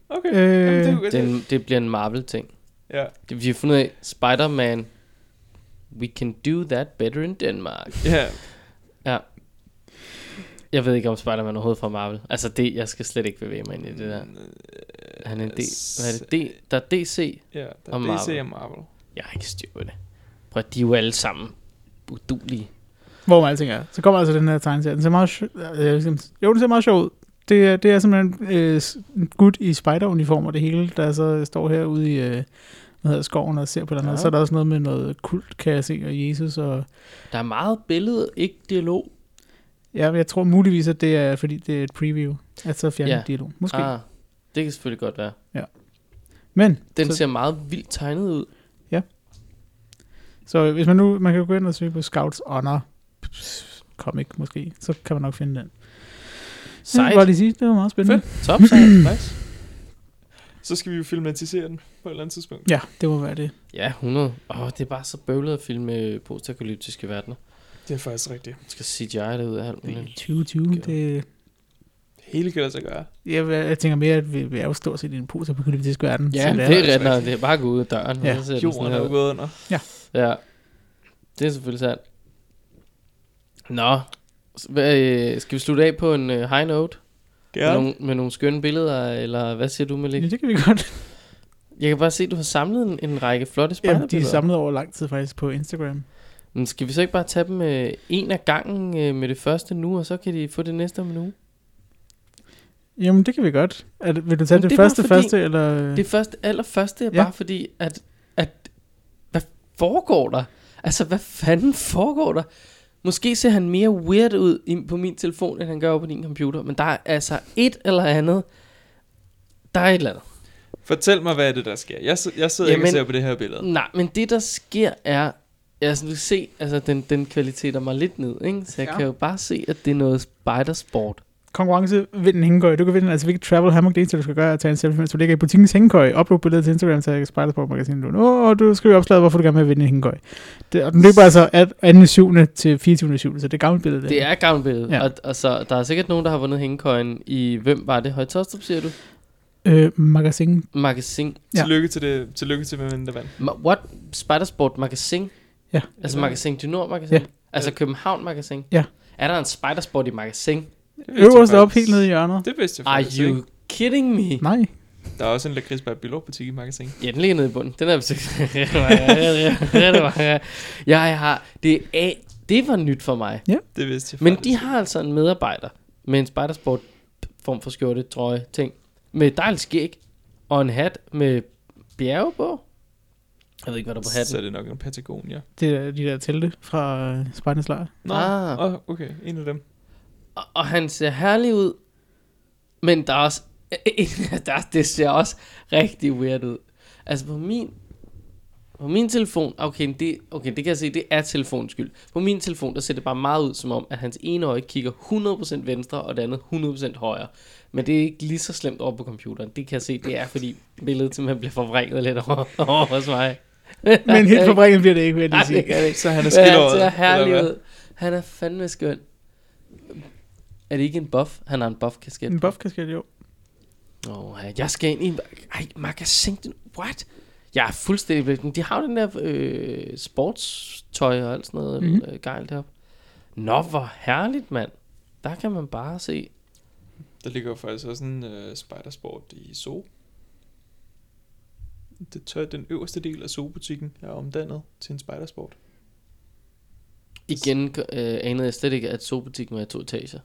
B: Okay. Jamen, det er
C: Øh,
B: jo godt.
A: Den, det bliver en Marvel-ting.
B: Ja.
A: Det- Vi har fundet ud af, Spider-Man, we can do that better in Denmark.
B: ja.
A: Jeg ved ikke, om Spider-Man er overhovedet fra Marvel. Altså, det, jeg skal slet ikke bevæge mig ind i det der. Han er en D.
B: Øh,
A: Hvad er det? D? Der er DC.
B: Ja, der
A: Og
B: er DC
A: Marvel.
B: og Marvel.
A: Jeg har ikke styr på det. Prøv at de er jo alle sammen udulige.
C: hvor man alting er. Så kommer altså den her tegneserie. Den ser meget øh, sjov... Jo, den ser meget sjov ud. Det er, det er simpelthen øh, s- en gut i spideruniform og det hele, der så står herude i øh, hvad hedder, det, skoven og ser på den her.
A: Ja.
C: Ja. Så er der også noget med noget kult, kan jeg se, og Jesus. Og,
A: Der er meget billede, ikke dialog.
C: ja, jeg tror muligvis, at det er, fordi det er et preview. At så fjerner
A: Ja.
C: ja. dialog. Måske. Ah.
A: Ah, det kan selvfølgelig godt være.
C: Men
A: Den
C: Så-
A: ser meget vildt tegnet ud.
C: Så hvis man nu, man kan jo gå ind og søge på Scouts Honor comic måske, så kan man nok finde den.
A: Sejt.
C: Det var lige sige, det var meget spændende. Fedt.
A: Top sejt. nice.
B: Så skal vi jo filmatisere den på et eller andet tidspunkt.
C: Ja, det må være det.
A: Ja, 100. Åh, oh, det er bare så bøvlet at filme øh, postapokalyptiske verdener.
B: Det er faktisk rigtigt.
A: Man skal CGI det ud af alt
C: Det er
A: muligt.
C: 2020.
A: Gør.
C: Det,
B: Hele kan lade sig gøre.
C: jeg, jeg tænker mere, at vi, vi er jo stort set i en postapokalyptisk verden.
A: Ja,
C: så
A: det er
C: også
A: ret nok.
C: rigtigt.
A: Det er bare at gå ud af døren.
C: Ja,
A: og så ser den
B: Jorden
A: sådan
B: er
A: her
B: jo
A: ud.
B: gået under.
A: Ja, det er selvfølgelig sandt. Nå, S- hvad, øh, skal vi slutte af på en øh, high note? Med,
B: Gerne.
A: nogle, med nogle skønne billeder, eller hvad siger du, Malik?
C: Ja, det kan vi godt.
A: Jeg kan bare se, at du har samlet en, en række flotte
C: Jamen, de er
A: spejderbilleder.
C: samlet over lang tid faktisk på Instagram.
A: Men skal vi så ikke bare tage dem øh, en af gangen øh, med det første nu, og så kan de få det næste om en uge?
C: Jamen, det kan vi godt. Er, det- vil du tage
A: Jamen,
C: det,
A: det er
C: det
A: bare
C: første
A: fordi-
C: første, eller? øh,
A: Det første, allerførste er
C: Mm. Ja.
A: ja. bare fordi, at, at hvad foregår der? Altså, hvad fanden foregår der? Måske ser han mere weird ud i- på min telefon, end han gør på din computer, men der er altså et eller andet. Der er et eller andet.
B: Fortæl mig, hvad er det, der sker? Jeg, si- jeg sidder ikke og
A: Jamen-
B: ser på det her billede.
A: Nej, men det der sker er, jeg sådan vil se, altså den, den kvaliteter mig lidt ned, ikke? så jeg
C: Ja.
A: ja. kan jo bare se, at det er noget spidersport.
C: konkurrence, vind en hængekøj. Du kan vinde, altså hvilket travel hammock, det eneste du skal gøre, er at tage en selfie, mens du ligger i butikkens hængekøj, upload billedet til Instagram, så jeg kan spejle på magasinet. Åh, og du skriver i opslaget, hvorfor du gerne vil vinde en hængekøj. Det, og den løber altså at 2. 7. til 24. 7. Så det er gammelt billede.
A: Det er gammelt billede,
C: Ja.
A: ja. og, og, så der er sikkert nogen, der har vundet hængekøjen i, hvem var det? Høje Tostrup, siger du?
C: Øh, magasin.
A: Magasin.
C: Ja.
B: Tillykke til, det, tillykke til hvem end der vandt.
A: Ma- What? Spidersport magasin?
C: Ja.
A: Altså
B: Ja.
A: magasin du nord magasin?
C: Ja.
A: Ja. Altså København magasin?
C: Ja.
A: Er der en spidersport i magasin?
B: Det vidste jeg
C: Øverst op,
B: faktisk-
C: helt nede i hjørnet.
B: Det vidste jeg
A: Are
B: faktisk
A: you
B: ikke.
A: kidding me?
C: Nej.
B: Der er også en lakridsbær butik i magasin.
A: Ja, den ligger nede i bunden. Den er jeg Jeg har... Det, er A, det var nyt for mig.
B: Det vidste jeg
A: Men
B: faktisk.
A: de har altså en medarbejder med en spidersport form for skjorte, trøje, ting. Med dejligt skæg og en hat med bjerge på. Jeg ved ikke, hvad der er på hatten.
B: Så er det nok en Patagonia.
C: Det er de der telte fra øh, Spejdernes Lejr.
B: Nå,
A: Ah.
B: ah. oh, okay. En af dem.
A: og, og han ser herlig ud, men der er også, der, det ser også rigtig weird ud. Altså på min, på min telefon, okay det, okay, det kan jeg se, det er telefons skyld. På min telefon, der ser det bare meget ud som om, at hans ene øje kigger 100% venstre, og det andet 100% højre. Men det er ikke lige så slemt over på computeren. Det kan jeg se, det er fordi billedet simpelthen bliver forvrænget lidt over, over hos mig.
C: Men helt forbrændt bliver det ikke, vil jeg
A: Nej,
C: lige
A: det
C: sige.
A: kan det ikke.
B: Så han er
A: Men han
B: skildret.
A: ser herlig
B: eller hvad?
A: ud. Han er fandme skøn. Er det ikke en buff? Han har en buff-kasket.
C: En buff-kasket, jo.
A: Åh, oh, jeg skal ind i en... Ej, magasin, den... What? Jeg er fuldstændig blækket. De har jo den der øh, sportstøj og alt sådan noget
C: Mhm.
A: mm-hmm. øh, gejl deroppe. Nå, hvor herligt, mand. Der kan man bare se.
B: Der ligger jo faktisk også en uh, spidersport i Zoo. Det tør, den øverste del af zoobutikken er omdannet til en spidersport.
A: Igen øh, anede jeg slet ikke, at sobutikken var i to etager.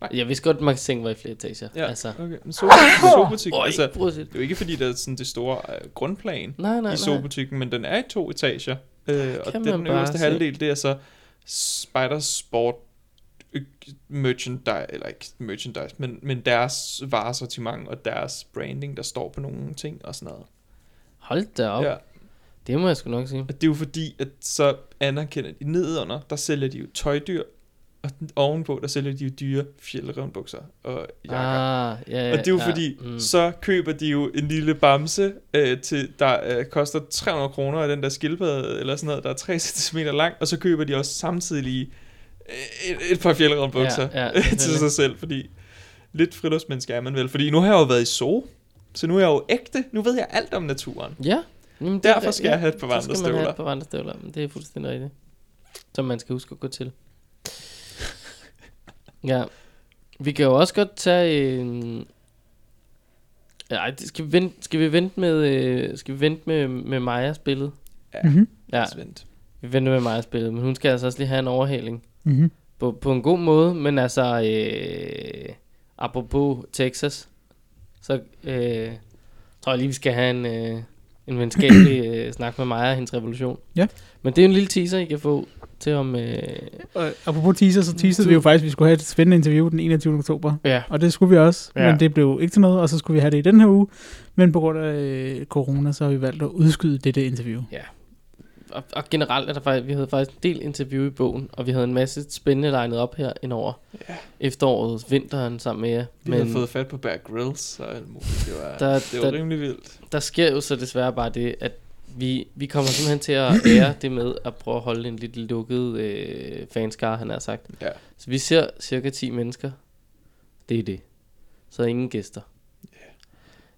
B: Nej.
A: Nej. Jeg vidste godt, at magasin var i flere etager.
B: Ja,
A: Altså,
B: okay. Men zoo, en zoobutik,
A: Øj,
B: altså,
A: prøv at se.
B: det er jo ikke fordi, der er sådan det store øh, grundplan
A: Nej, nej,
B: i
A: nej.
B: zoobutikken, men den er i to etager. Øh, og
A: kan
B: den
A: man bare
B: øverste
A: se.
B: halvdel, det er så spidersport merchandise, eller ikke merchandise, men, men deres varesortiment og deres branding, der står på nogle ting og sådan noget.
A: Hold da op. Ja.
B: Ja.
A: Det må jeg sgu nok sige.
B: Og det er jo fordi, at så anerkender de nedenunder, der sælger de jo tøjdyr, og den- ovenpå, der sælger de jo dyre fjellerevnbukser og jakker. Ah,
A: Ah, ja, ja,
B: og det er jo
A: ja,
B: fordi,
A: mm.
B: så køber de jo en lille bamse, øh, til, der øh, koster 300 kroner af den der skildpadde, eller sådan noget, der er 3 cm lang, og så køber de også samtidig øh, et, et par fjellerevnbukser
A: Ja, ja,
B: til sig
A: selvfølgelig.
B: selv, fordi lidt friluftsmenneske er man vel. Fordi nu har jeg jo været i zoo, så nu er jeg jo ægte, nu ved jeg alt om naturen.
A: Ja. Jamen, det er
B: Derfor
A: da-
B: skal jeg have et par
A: så skal man have
B: vandrestøvler.
A: et par vandrestøvler. Men Det er fuldstændig rigtigt. Som man skal huske at gå til. ja. Vi kan jo også godt tage en... Ja, det skal vi vente, skal vi vente med, øh, skal vi vente med, med Majas billede?
B: Ja, altså,
C: Mm-hmm.
A: Ja,
B: Svend.
A: vi venter med Majas billede, men hun skal altså også lige have en overhaling.
C: Mm-hmm.
A: På, på en god måde, men altså, øh, apropos Texas, så øh, tror jeg lige, vi skal have en, øh, en venskabelig øh, snak med mig og hendes revolution.
C: Ja.
A: Men det er jo en lille teaser, I kan få til om... Øh,
C: Og apropos teaser, så teasede vi jo faktisk, at vi skulle have et spændende interview den 21. oktober.
A: ja,
C: Og det skulle vi også,
A: Ja.
C: ja. men det blev ikke til noget, og så skulle vi have det i den her uge. Men på grund af øh, corona, så har vi valgt at udskyde dette interview.
A: og, og generelt er der faktisk, vi havde faktisk en del interview i bogen, og vi havde en masse spændende legnet op her indover
B: Ja.
A: efteråret, vinteren sammen med jer.
B: Vi men... havde fået fat på Bear Grylls og alt muligt. Det var,
A: Der-
B: der, det var
A: der-
B: der... rimelig vildt.
A: der sker jo så desværre bare det, at vi, vi kommer simpelthen til at ære det med at prøve at holde en lidt lukket øh, fanskare, han har sagt.
B: Ja.
A: Så vi ser cirka 10 mennesker. Det er det. Så ingen gæster.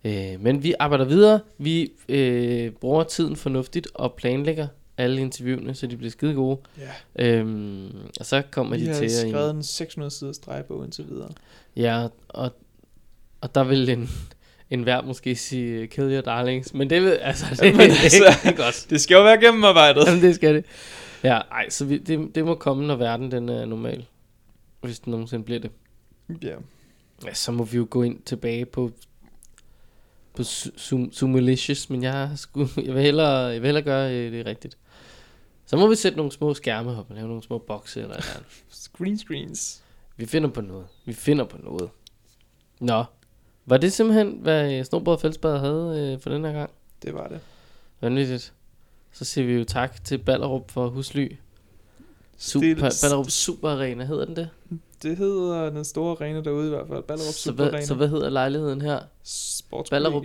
A: Øh, men vi arbejder videre. Vi øh, bruger tiden fornuftigt og planlægger alle interviewene, så de bliver skide gode.
B: Ja.
A: Øhm, og så kommer
B: Vi
A: de til
B: har
A: jer i en-
B: skrevet en 600 siders drejebog indtil videre.
A: Ja, og, og der vil en, en hver måske sige, kill your darlings, men det vil, altså, det,
B: Jamen,
A: men, altså,
B: altså-
A: det er godt.
B: Det skal jo være gennemarbejdet.
A: Jamen, det skal det. Ja, ej, så vi, det, det må komme, når verden den er normal. Hvis den nogensinde bliver det. Altså-
B: ja.
A: Ja, så må vi jo gå ind tilbage på på su- sum- Sumalicious, men jeg, sku, jeg, vil hellere, jeg vil hellere gøre øh, det rigtigt. Så må vi sætte nogle små skærme op og lave nogle små bokse eller et eller andet.
B: Screen screens.
A: Vi finder på noget. Vi finder på noget. Nå. Var det simpelthen, hvad øh, Snobrød og Fællesbad havde øh, for den her gang?
B: Det var det.
A: Vanvittigt. Så siger vi jo tak til Ballerup for husly. Super,
B: Stille-
A: Ballerup Super Arena hedder den det?
B: Det hedder den store arena derude i hvert fald. Ballerup
A: så,
B: Super
A: hvad,
B: Arena.
A: så hvad hedder lejligheden her? Ballerup-
B: Ballerup.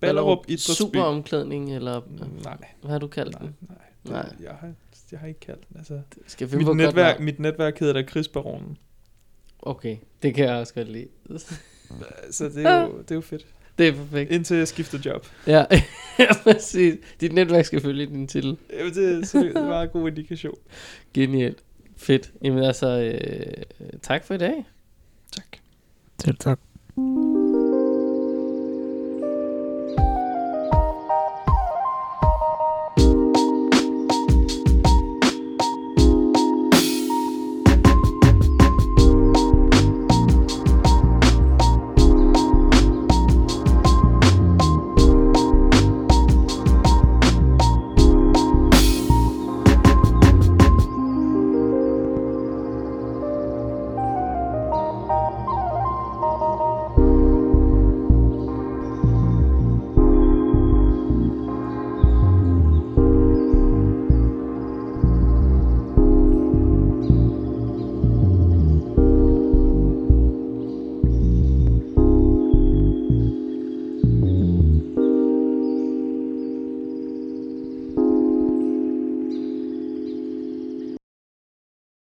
B: Ballerup Idrætsby. Mm,
A: Super omklædning, eller
B: Nej,
A: hvad har du kaldt
B: nej,
A: den?
B: nej.
A: Nej.
B: nej. Jeg, har, jeg har ikke kaldt den. Altså,
A: Skal jeg finde på
B: mit,
A: et godt
B: netværk,
A: navn?
B: mit netværk hedder da Krigsbaronen.
A: Okay, det kan jeg også godt lide.
B: Øh, Så det er,
A: Ah.
B: jo, det er jo fedt.
A: Det er perfekt.
B: Indtil jeg skifter job.
A: Ja, præcis. Dit netværk skal følge din titel.
B: Jamen, det, så det var en god indikation.
A: Genialt. Fedt. Jamen altså, øh, tak for i dag.
B: Tak.
C: Selv tak.